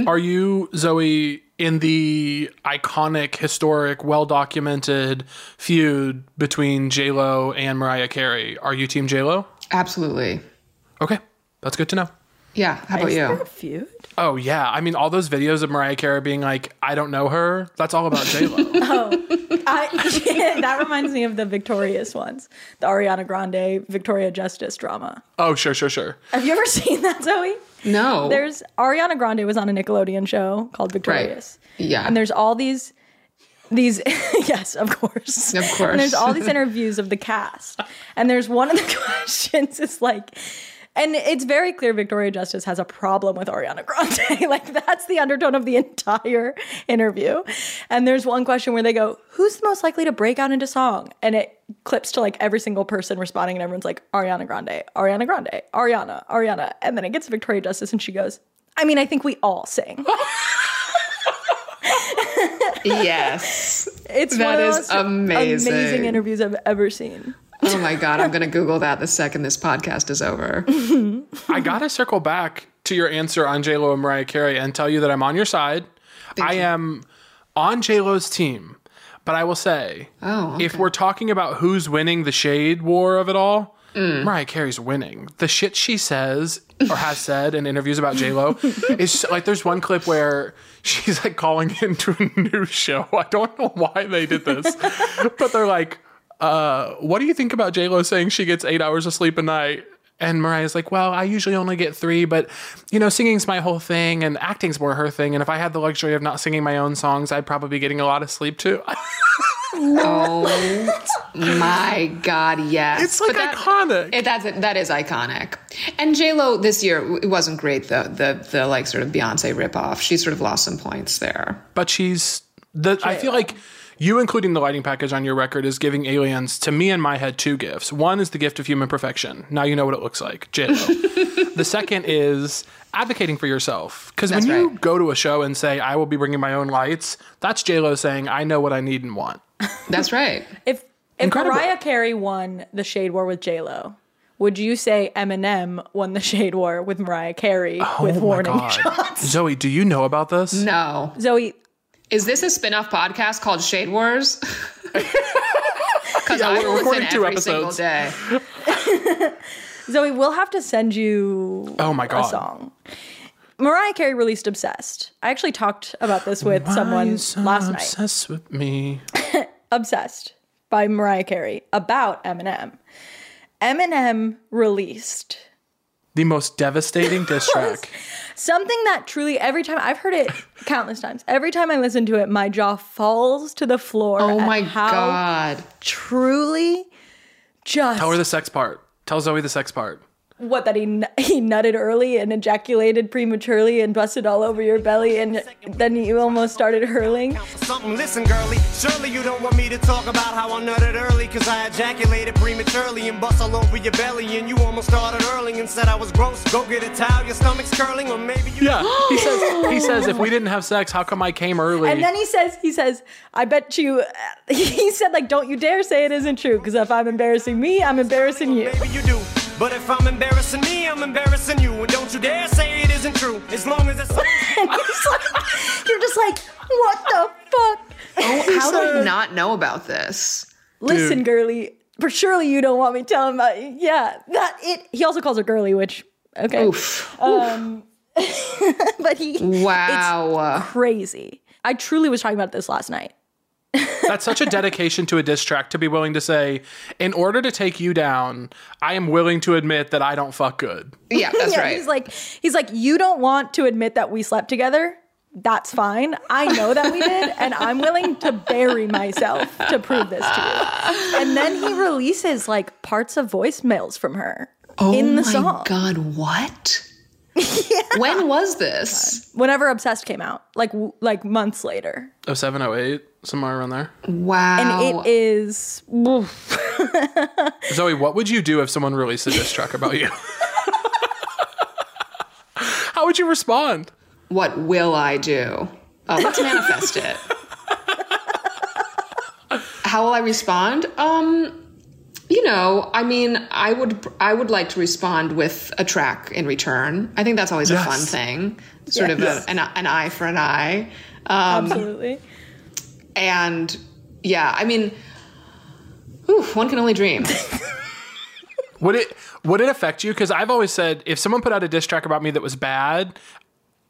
S2: Are you Zoe in the iconic, historic, well documented feud between J Lo and Mariah Carey? Are you Team J Lo?
S6: absolutely.
S2: Okay, that's good to know.
S6: Yeah. How about
S3: Is
S6: you?
S3: there a feud?
S2: Oh yeah, I mean all those videos of Mariah Carey being like, "I don't know her." That's all about J <laughs> Lo.
S3: I, <laughs> that reminds me of the Victorious ones, the Ariana Grande Victoria Justice drama.
S2: oh sure, sure, sure.
S3: Have you ever seen that, Zoe?
S6: No.
S3: There's Ariana Grande was on a Nickelodeon show called Victorious.
S6: Yeah.
S3: And there's all these these <laughs> yes, of course.
S6: Of course.
S3: <laughs> And there's all these interviews of the cast. And there's one of the questions is like And it's very clear Victoria Justice has a problem with Ariana Grande. <laughs> like that's the undertone of the entire interview. And there's one question where they go, "Who's the most likely to break out into song?" And it clips to like every single person responding and everyone's like, "Ariana Grande, Ariana Grande, Ariana, Ariana." And then it gets to Victoria Justice and she goes, "I mean, I think we all
S6: <laughs>
S3: sing."
S6: Yes.
S3: It's
S6: That
S3: one of the
S6: is
S3: most
S6: amazing.
S3: amazing interviews I've ever seen.
S6: Oh my God, I'm going to Google that the second this podcast is over.
S2: I gotta circle back to your answer on J Lo and Mariah Carey and tell you that I'm on your side. I am on J Lo's team, but I will say,
S6: Oh, okay.
S2: if we're talking about who's winning the shade war of it all, Mariah Carey's winning. The shit she says or has said in interviews about J Lo is so- like there's one clip where she's like calling <laughs> into a news show. I don't know why they did this, but they're like, uh, "What do you think about J Lo saying she gets eight hours of sleep a night?" And Mariah's like, "Well, I usually only get three, but you know, singing's my whole thing, and acting's more her thing. And if I had the luxury of not singing my own songs, I'd probably be getting a lot of sleep too." <laughs>
S6: Oh my God, yes.
S2: It's, like,
S6: that-
S2: iconic.
S6: It, that's that is iconic. And J Lo this year it wasn't great though. The the like sort of Beyonce ripoff. She sort of lost some points there.
S2: but she's the I feel like you including the lighting package on your record is giving aliens to me in my head two gifts. One is the gift of human perfection. Now you know what it looks like,
S3: <laughs>
S2: J Lo. the second is advocating for yourself because when
S6: That's
S2: you
S6: right.
S2: go to a show and say I will be bringing my own lights, that's J Lo saying I know what I need and
S3: <laughs>
S2: want.
S6: That's right.
S3: If if
S2: Incredible.
S3: Mariah Carey won the shade war with J Lo, would you say Eminem won the shade war with Mariah Carey with
S2: oh
S3: warning
S2: my God,
S3: shots? <laughs>
S2: Zoe, do you know about this?
S6: No.
S3: Zoe,
S6: Is this a spin-off podcast called Shade Wars? <laughs> Because I
S2: we're
S6: listen
S2: recording two
S6: every single
S2: episodes.
S6: day.
S3: Zoe, we'll have to send you
S2: Oh my
S3: a
S2: God.
S3: song. Mariah Carey released "Obsessed." I actually talked about this with
S2: Why
S3: someone
S2: you so
S3: last night.
S2: obsessed with me.
S3: Obsessed by Mariah Carey about Eminem. Eminem released
S2: The most devastating
S3: <laughs>
S2: diss track.
S3: something that truly every time I've heard it countless times. Every time I listen to it, my jaw falls to the floor.
S6: Oh
S3: at
S6: my
S3: Uh, how
S6: God.
S3: Truly, just
S2: Tell her the sex part. Tell Zoe the sex part.
S3: what that he n- <laughs> he nutted early and ejaculated prematurely and busted all over your belly and then you almost started hurling.
S9: Count for Something, listen, girly. Surely you don't want me to talk about how I nutted early, cause I ejaculated prematurely and bust all over your belly, and you almost started hurling and said I was gross. Go get a towel, your stomach's curling, or maybe you.
S2: <gasps> Yeah, he says. He says if we didn't have sex, how come I came early?
S3: And then he says, he says, I bet you, <laughs> he said, like, don't you dare say it isn't true, because if I'm embarrassing me, I'm embarrassing you. <laughs>
S9: Maybe you do. But if I'm embarrassing me, I'm embarrassing you. And don't you dare say it isn't true. As long as it's.
S3: And he's like, you're just like, what the fuck?
S6: Oh, how do I not know about this?
S3: Listen, girly, but surely you don't want me telling about yeah that it. He also calls her girly, which okay, Um,
S6: Oof.
S3: <laughs> but he
S6: Wow.
S3: crazy. I truly was talking about this last night.
S2: That's such a dedication to a diss track to be willing to say, in order to take you down, I am willing to admit that I don't fuck good.
S6: yeah, that's
S3: <laughs> yeah,
S6: right.
S3: he's like he's like you don't want to admit that we slept together. That's fine. I know that we did, and I'm willing to bury myself to prove this to you. And then he releases like parts of voicemails from her in the
S6: Oh my
S3: song.
S6: God, what? When was this?
S3: Whenever Obsessed came out, like w- like months later,
S2: 07, 08, oh, somewhere around there.
S6: Wow.
S3: and it is
S6: <laughs>
S3: Um,
S2: Zoe, what would you do if someone released a diss track about you? <laughs> How would you respond?
S6: what will I do? Uh, let's manifest it. How will I respond? Um, you know, I mean, I would, I would like to respond with a track in return. I think that's always a fun
S2: Yes.
S6: thing, sort of a, an, an eye for an eye. Um,
S3: absolutely.
S6: And yeah, I mean, whew, one can only dream.
S2: Would it would it affect you? Because I've always said if someone put out a diss track about me that was bad,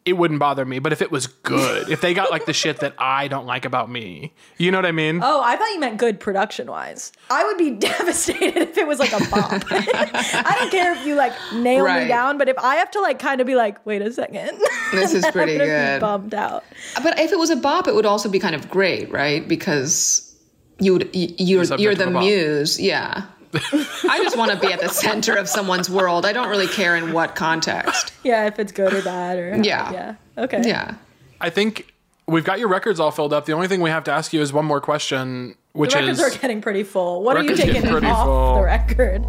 S2: it wouldn't bother me. But if it was good, if they got like the shit that I don't like about me, you know what I mean?
S3: Oh, I thought you meant good production wise. I would be <laughs> devastated if it was like a
S6: <laughs>
S3: bop. I don't care if you like nail
S6: Right.
S3: me down, but if I have to like kind of be like, wait a second,
S6: This is
S3: then <laughs> I'm
S6: pretty
S3: gonna be
S6: good.
S3: bummed out.
S6: But if it was a bop, it would also be kind of great, right? Because you would, you, you're,
S2: subject
S6: you're
S2: of
S6: the
S2: a bop. <laughs>
S6: muse. Yeah. I just want to be at the center of someone's world. I don't really care in what context.
S3: Yeah, if it's good or bad or
S6: <sighs> Yeah.
S3: yeah. Okay.
S6: Yeah.
S2: I think we've got your records all filled up. The only thing we have to ask you is one more question, which
S3: The records
S2: is
S3: are getting pretty full. What are you
S2: Records get
S3: taking
S2: pretty
S3: off
S2: full.
S3: the record?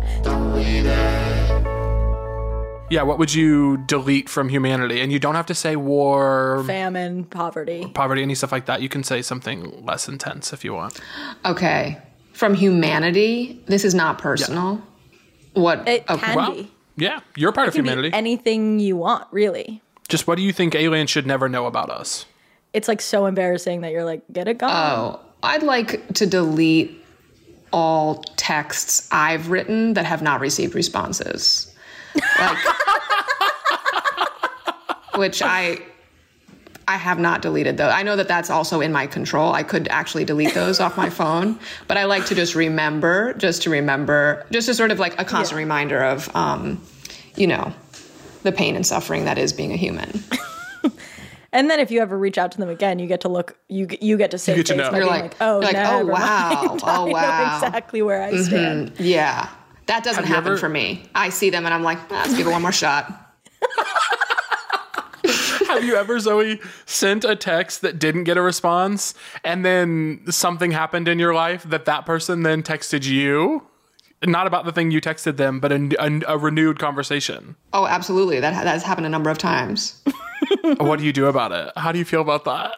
S2: yeah, what would you delete from humanity? And you don't have to say war,
S3: Famine, poverty.
S2: poverty, any stuff like that. You can say something less intense if you want.
S6: Okay. From humanity, this is not personal. What?
S3: It
S6: okay.
S3: can
S2: Well,
S3: be
S2: yeah, you're a part of
S3: It can be
S2: humanity.
S3: anything you want, really.
S2: Just what do you think aliens should never know about us? <laughs>
S3: It's like so embarrassing that you're like, get it gone.
S6: Oh, I'd like to delete all texts I've written that have not received responses. Like, <laughs> which I I have not deleted though. I know that that's also in my control. I could actually delete those off my phone, but I like to just remember, just to remember, just as sort of like a constant reminder of, um, you know, the pain and suffering that is being a human.
S3: and then if you ever reach out to them again, you get to look. You g- you get to say
S2: get to know.
S3: By
S2: You're
S3: being
S6: like-
S3: like, oh,
S6: you're like, oh,
S3: never <laughs>
S6: wow.
S3: mind.
S6: Oh, wow. Mm-hmm.
S3: I know exactly where I stand.
S6: Yeah. That doesn't
S2: you
S6: happen
S2: ever-
S6: for me. I see them and I'm like, "Ah, let's give it one more shot.
S2: Have you ever, Zoe, sent a text that didn't get a response and then something happened in your life that that person then texted you? Not about the thing you texted them, but a, a, a renewed conversation.
S6: Oh, absolutely. That, that has happened a number of times.
S2: what do you do about it? How do you feel about that?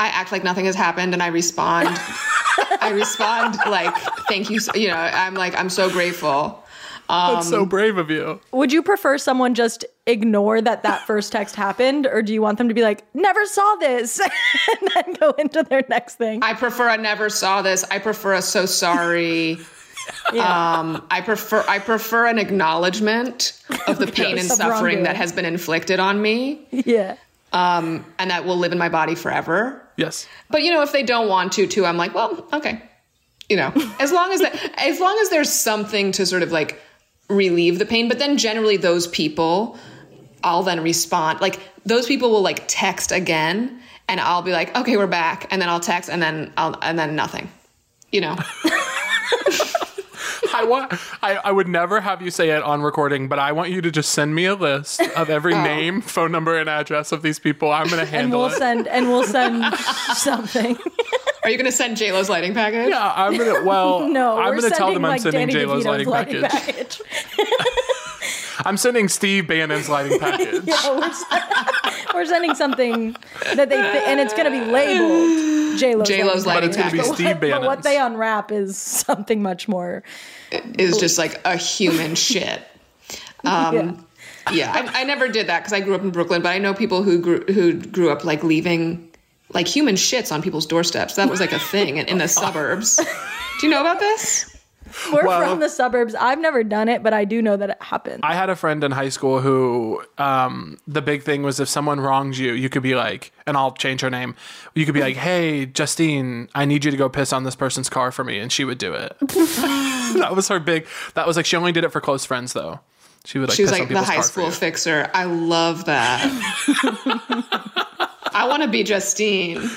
S6: I act like nothing has happened and I respond. I respond like, thank you. So, you know, I'm like, I'm so grateful.
S2: That's
S3: Um,
S2: so brave of you.
S3: Would you prefer someone just ignore that
S6: <laughs>
S3: that first text happened, or do you want them to be like, never saw this, <laughs> and then go into their next thing?
S6: I prefer I never saw this. I prefer a so sorry. Um, I prefer I prefer an acknowledgement of the pain and
S3: Of
S6: suffering
S3: wrongdoing.
S6: that has been inflicted on me,
S3: yeah.
S6: um, and that will live in my body forever.
S2: Yes.
S6: But you know, if they don't want to, too, I'm like, well, okay. You know, as long as that, as long as there's something to sort of like relieve the pain. But then generally, those people, I'll then respond. Like those people will like text again, and I'll be like, okay, we're back, and then I'll text, and then I'll, and then nothing. You know,
S2: I want I, I would never have you say it on recording, but I want you to just send me a list of
S3: <laughs>
S2: every name, phone number, and address of these people. I'm gonna
S3: Oh. And
S2: handle
S3: we'll
S2: it.
S3: send and
S2: <laughs>
S3: we'll send something. <laughs>
S6: are you going to send J Lo's lighting package?
S2: yeah, I'm gonna well
S3: <laughs> No,
S2: I'm
S3: we're
S2: gonna tell
S3: sending,
S2: them I'm
S3: like,
S2: sending
S3: Danny
S2: J Lo's
S3: DeVito's
S2: lighting package.
S3: package.
S2: I'm sending Steve Bannon's
S3: <laughs>
S2: lighting package.
S3: Yeah, we're, sen- <laughs> we're sending something that they thi- and it's going to be labeled J Lo's.
S6: J-Lo's
S2: But it's gonna be
S6: But
S3: But,
S2: Steve Bannon.
S3: but what they unwrap is something much more.
S6: Is just like a human shit. Um,
S3: yeah.
S6: Yeah, I, I never did that because I grew up in Brooklyn, but I know people who grew who grew up like leaving like human shits on people's doorsteps. That was like a thing in, in
S3: <laughs>
S6: the suburbs. Do you know about this?
S3: We're
S2: Well-
S3: from the suburbs. I've never done it, but I do know that it happens.
S2: I had a friend in high school who um, the big thing was if someone wrongs you, you could be like, and I'll change her name. You could be like, "Hey, Justine, I need you to go piss on this person's car for me," and she would do it. <laughs> that was her big. That was like she only did it for close friends though. She would like
S6: She was
S2: piss
S6: like
S2: on
S6: the
S2: people's
S6: high
S2: car
S6: school
S2: for you.
S6: fixer. I love that. I want to be Justine.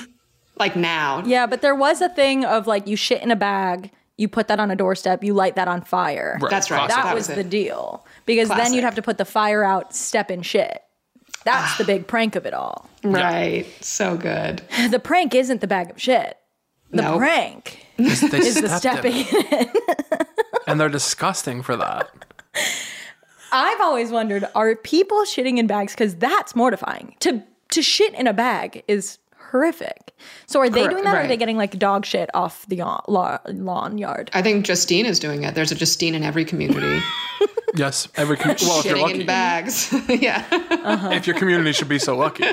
S6: Like now.
S3: yeah, but there was a thing of like you shit in a bag, you put that on a doorstep, you light that on fire.
S6: That's right.
S3: That,
S6: That
S3: was,
S6: was
S3: the
S6: it.
S3: deal because then
S6: Classic.
S3: you'd have to put the fire out, step in shit. That's
S6: Ah.
S3: the big prank of it all.
S6: Right. So good.
S3: The prank isn't the bag of shit. The
S6: Nope.
S3: prank
S2: They
S3: is the
S2: stepped in
S3: stepping.
S2: it, and they're disgusting for that.
S3: I've always wondered are people shitting in bags cuz that's mortifying. To to shit in a bag is horrific. So are they doing that or are
S6: right.
S3: they getting like dog shit off the yawn- la- lawn
S6: <gasps>
S3: yard?
S6: I think Justine is doing it. There's a Justine in every community.
S2: Yes, every com- well, if you're
S6: Shitting in
S2: lucky,
S6: bags. <laughs> yeah.
S2: if your community should be so lucky,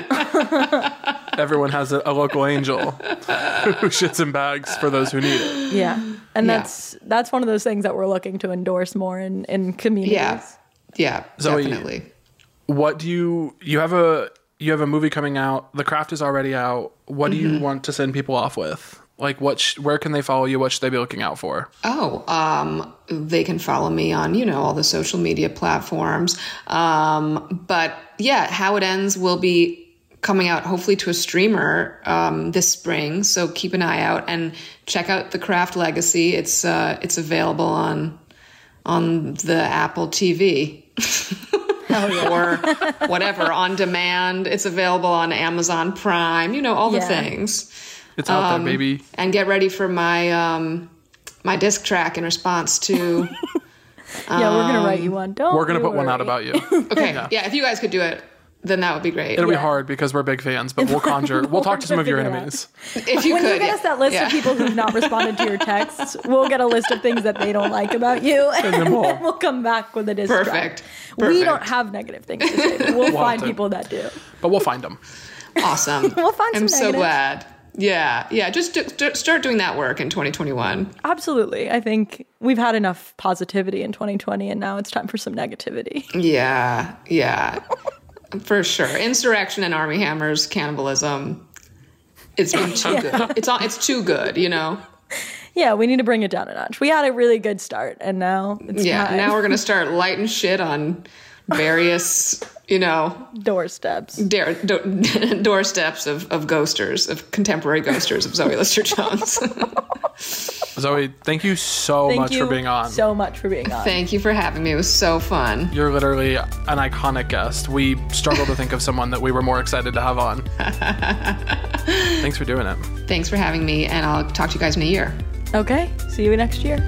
S2: <laughs> everyone has a, a local angel <laughs> who shits in bags for those who need it.
S3: Yeah. And
S6: Yeah.
S3: that's that's one of those things that we're looking to endorse more in in communities.
S6: Yeah. Yeah.
S2: Zoe,
S6: definitely.
S2: what do you you have a you have a movie coming out the craft is already out what do you want to send people off with like what sh- where can they follow you what should they be looking out for
S6: Oh, um, they can follow me on, you know, all the social media platforms. Um, but yeah, How It Ends will be coming out hopefully to a streamer um, this spring. So keep an eye out and check out The Craft Legacy. It's uh, it's available on on the Apple TV. <laughs> or whatever on demand. It's available on Amazon Prime. You know all the
S3: Yeah.
S6: things.
S2: It's out
S6: Um,
S2: there, baby.
S6: And get ready for my um, my disc track in
S2: <laughs>
S6: response to.
S3: yeah, we're gonna write you one. Don't.
S2: We're gonna
S3: you
S2: put one out
S3: worry.
S2: about you.
S6: Okay, yeah. If you guys could do it, then that would be great.
S2: It'll be hard because we're big fans, but we'll conjure. We'll talk to some of your enemies.
S6: if you
S3: When
S6: could,
S3: you get
S6: yeah.
S3: us that list
S6: Yeah.
S3: of people who've not responded to
S6: <laughs>
S3: your texts, we'll get a list of things that they don't like about you, and
S2: them
S3: then
S2: all.
S3: <laughs> we'll come back with a diss track.
S6: Perfect.
S3: We don't
S6: Perfect.
S3: have negative things to say. But we'll find
S2: to-
S3: people that do.
S2: But we'll find them.
S6: Awesome.
S3: <laughs> We'll find
S6: I'm
S3: some
S6: so
S3: negatives.
S6: glad. Yeah, yeah. Just do, do- start doing that work in 2021.
S3: Absolutely. I think we've had enough positivity in 2020, and now it's time for some
S6: Mm.
S3: negativity.
S6: Yeah, yeah. For sure. Insurrection and army hammers, cannibalism. It's been too good. It's all, it's too good, you know.
S3: yeah, we need to bring it down a notch. We had a really good start, and now it's
S6: Yeah.
S3: time.
S6: Now we're gonna start lighting shit on various, you know,
S3: doorsteps.
S6: dare, do, <laughs> doorsteps of, of ghosters, of contemporary ghosters of Zoe Lister Jones. <laughs>
S2: Zoe, thank you so
S3: Thank
S2: much
S3: you
S2: for being on.
S3: so much for being on.
S6: Thank you for having me. It was so fun.
S2: You're literally an iconic guest. We struggle to think of someone that we were more excited to have on. Thanks for doing it.
S6: Thanks for having me, and I'll talk to you guys in a year.
S3: Okay, see you next year.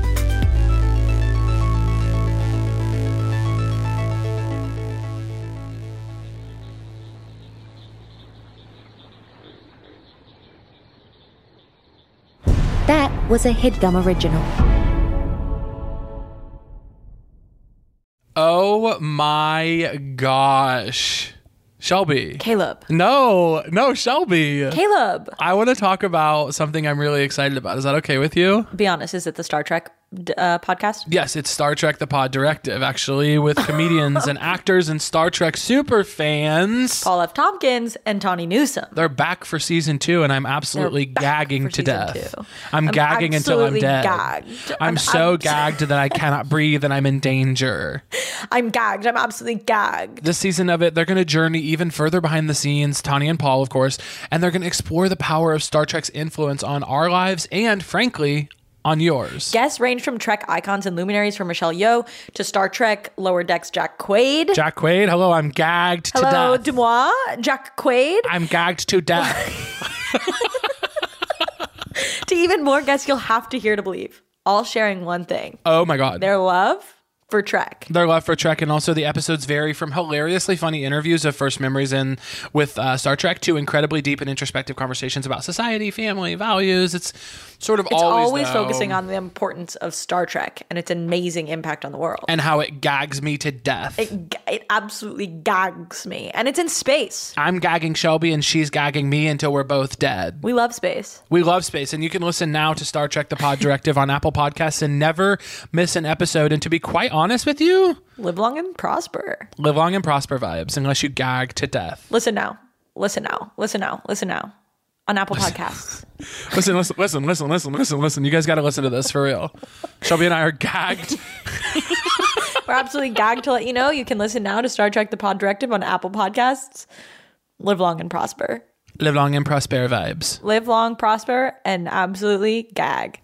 S10: That was a headgum original.
S2: Oh my gosh. Shelby.
S3: Caleb.
S2: No, no, Shelby.
S3: Caleb.
S2: I want to talk about something I'm really excited about. Is that okay with you?
S1: Be honest, is it the Star Trek d- uh, podcast?
S2: Yes, it's Star Trek The Pod Directive, actually,
S1: <laughs>
S2: with comedians and actors and Star Trek super fans.
S1: Paul F. Tompkins and Tawny Newsom.
S2: They're back for season two, and I'm absolutely
S1: back
S2: gagging
S1: for
S2: to
S1: season
S2: death.
S1: two.
S2: I'm,
S1: I'm
S2: gagging until I'm
S1: absolutely
S2: dead.
S1: gagged.
S2: I'm,
S1: I'm
S2: so
S1: abs-
S2: gagged that I cannot breathe and I'm in danger.
S1: I'm gagged. I'm absolutely gagged.
S2: This season of it, they're going to journey even further behind the scenes, Tanya and Paul, of course, and they're going to explore the power of Star Trek's influence on our lives and, frankly, on yours.
S1: Guests range from Trek icons and luminaries from Michelle Yeoh to Star Trek Lower Decks Jack Quaid.
S2: Jack Quaid, hello, I'm gagged
S1: Hello,
S2: to death.
S1: Dumois, Jack Quaid.
S2: I'm gagged to death.
S1: <laughs> to even more guests you'll have to hear to believe, all sharing one thing
S2: oh my God.
S1: their love for Trek.
S2: They're left for Trek, and also the episodes vary from hilariously funny interviews of first memories in with uh, Star Trek to incredibly deep and introspective conversations about society, family, values. It's sort of
S1: It's
S2: always,
S1: always
S2: though,
S1: focusing on the importance of Star Trek and its amazing impact on the world.
S2: and how it gags me to death.
S1: it, g- it absolutely gags me. And it's in space.
S2: I'm gagging Shelby, and she's gagging me until we're both dead.
S1: We love space.
S2: We love space, and you can listen now to Star Trek: The Pod Directive on Apple Podcasts and never miss an episode. And to be quite honest with you,
S1: Live long and prosper.
S2: live long and prosper vibes, unless you gag to death.
S1: Listen now. Listen now. Listen now. Listen now. On Apple Podcasts.
S2: Listen, listen, listen, listen, listen, listen, listen. You guys got to listen to this for real. Shelby and I are gagged.
S1: We're absolutely gagged to let you know you can listen now to Star Trek The Pod Directive on Apple Podcasts. Live long and prosper.
S2: Live long and prosper vibes.
S1: Live long, prosper, and absolutely gag.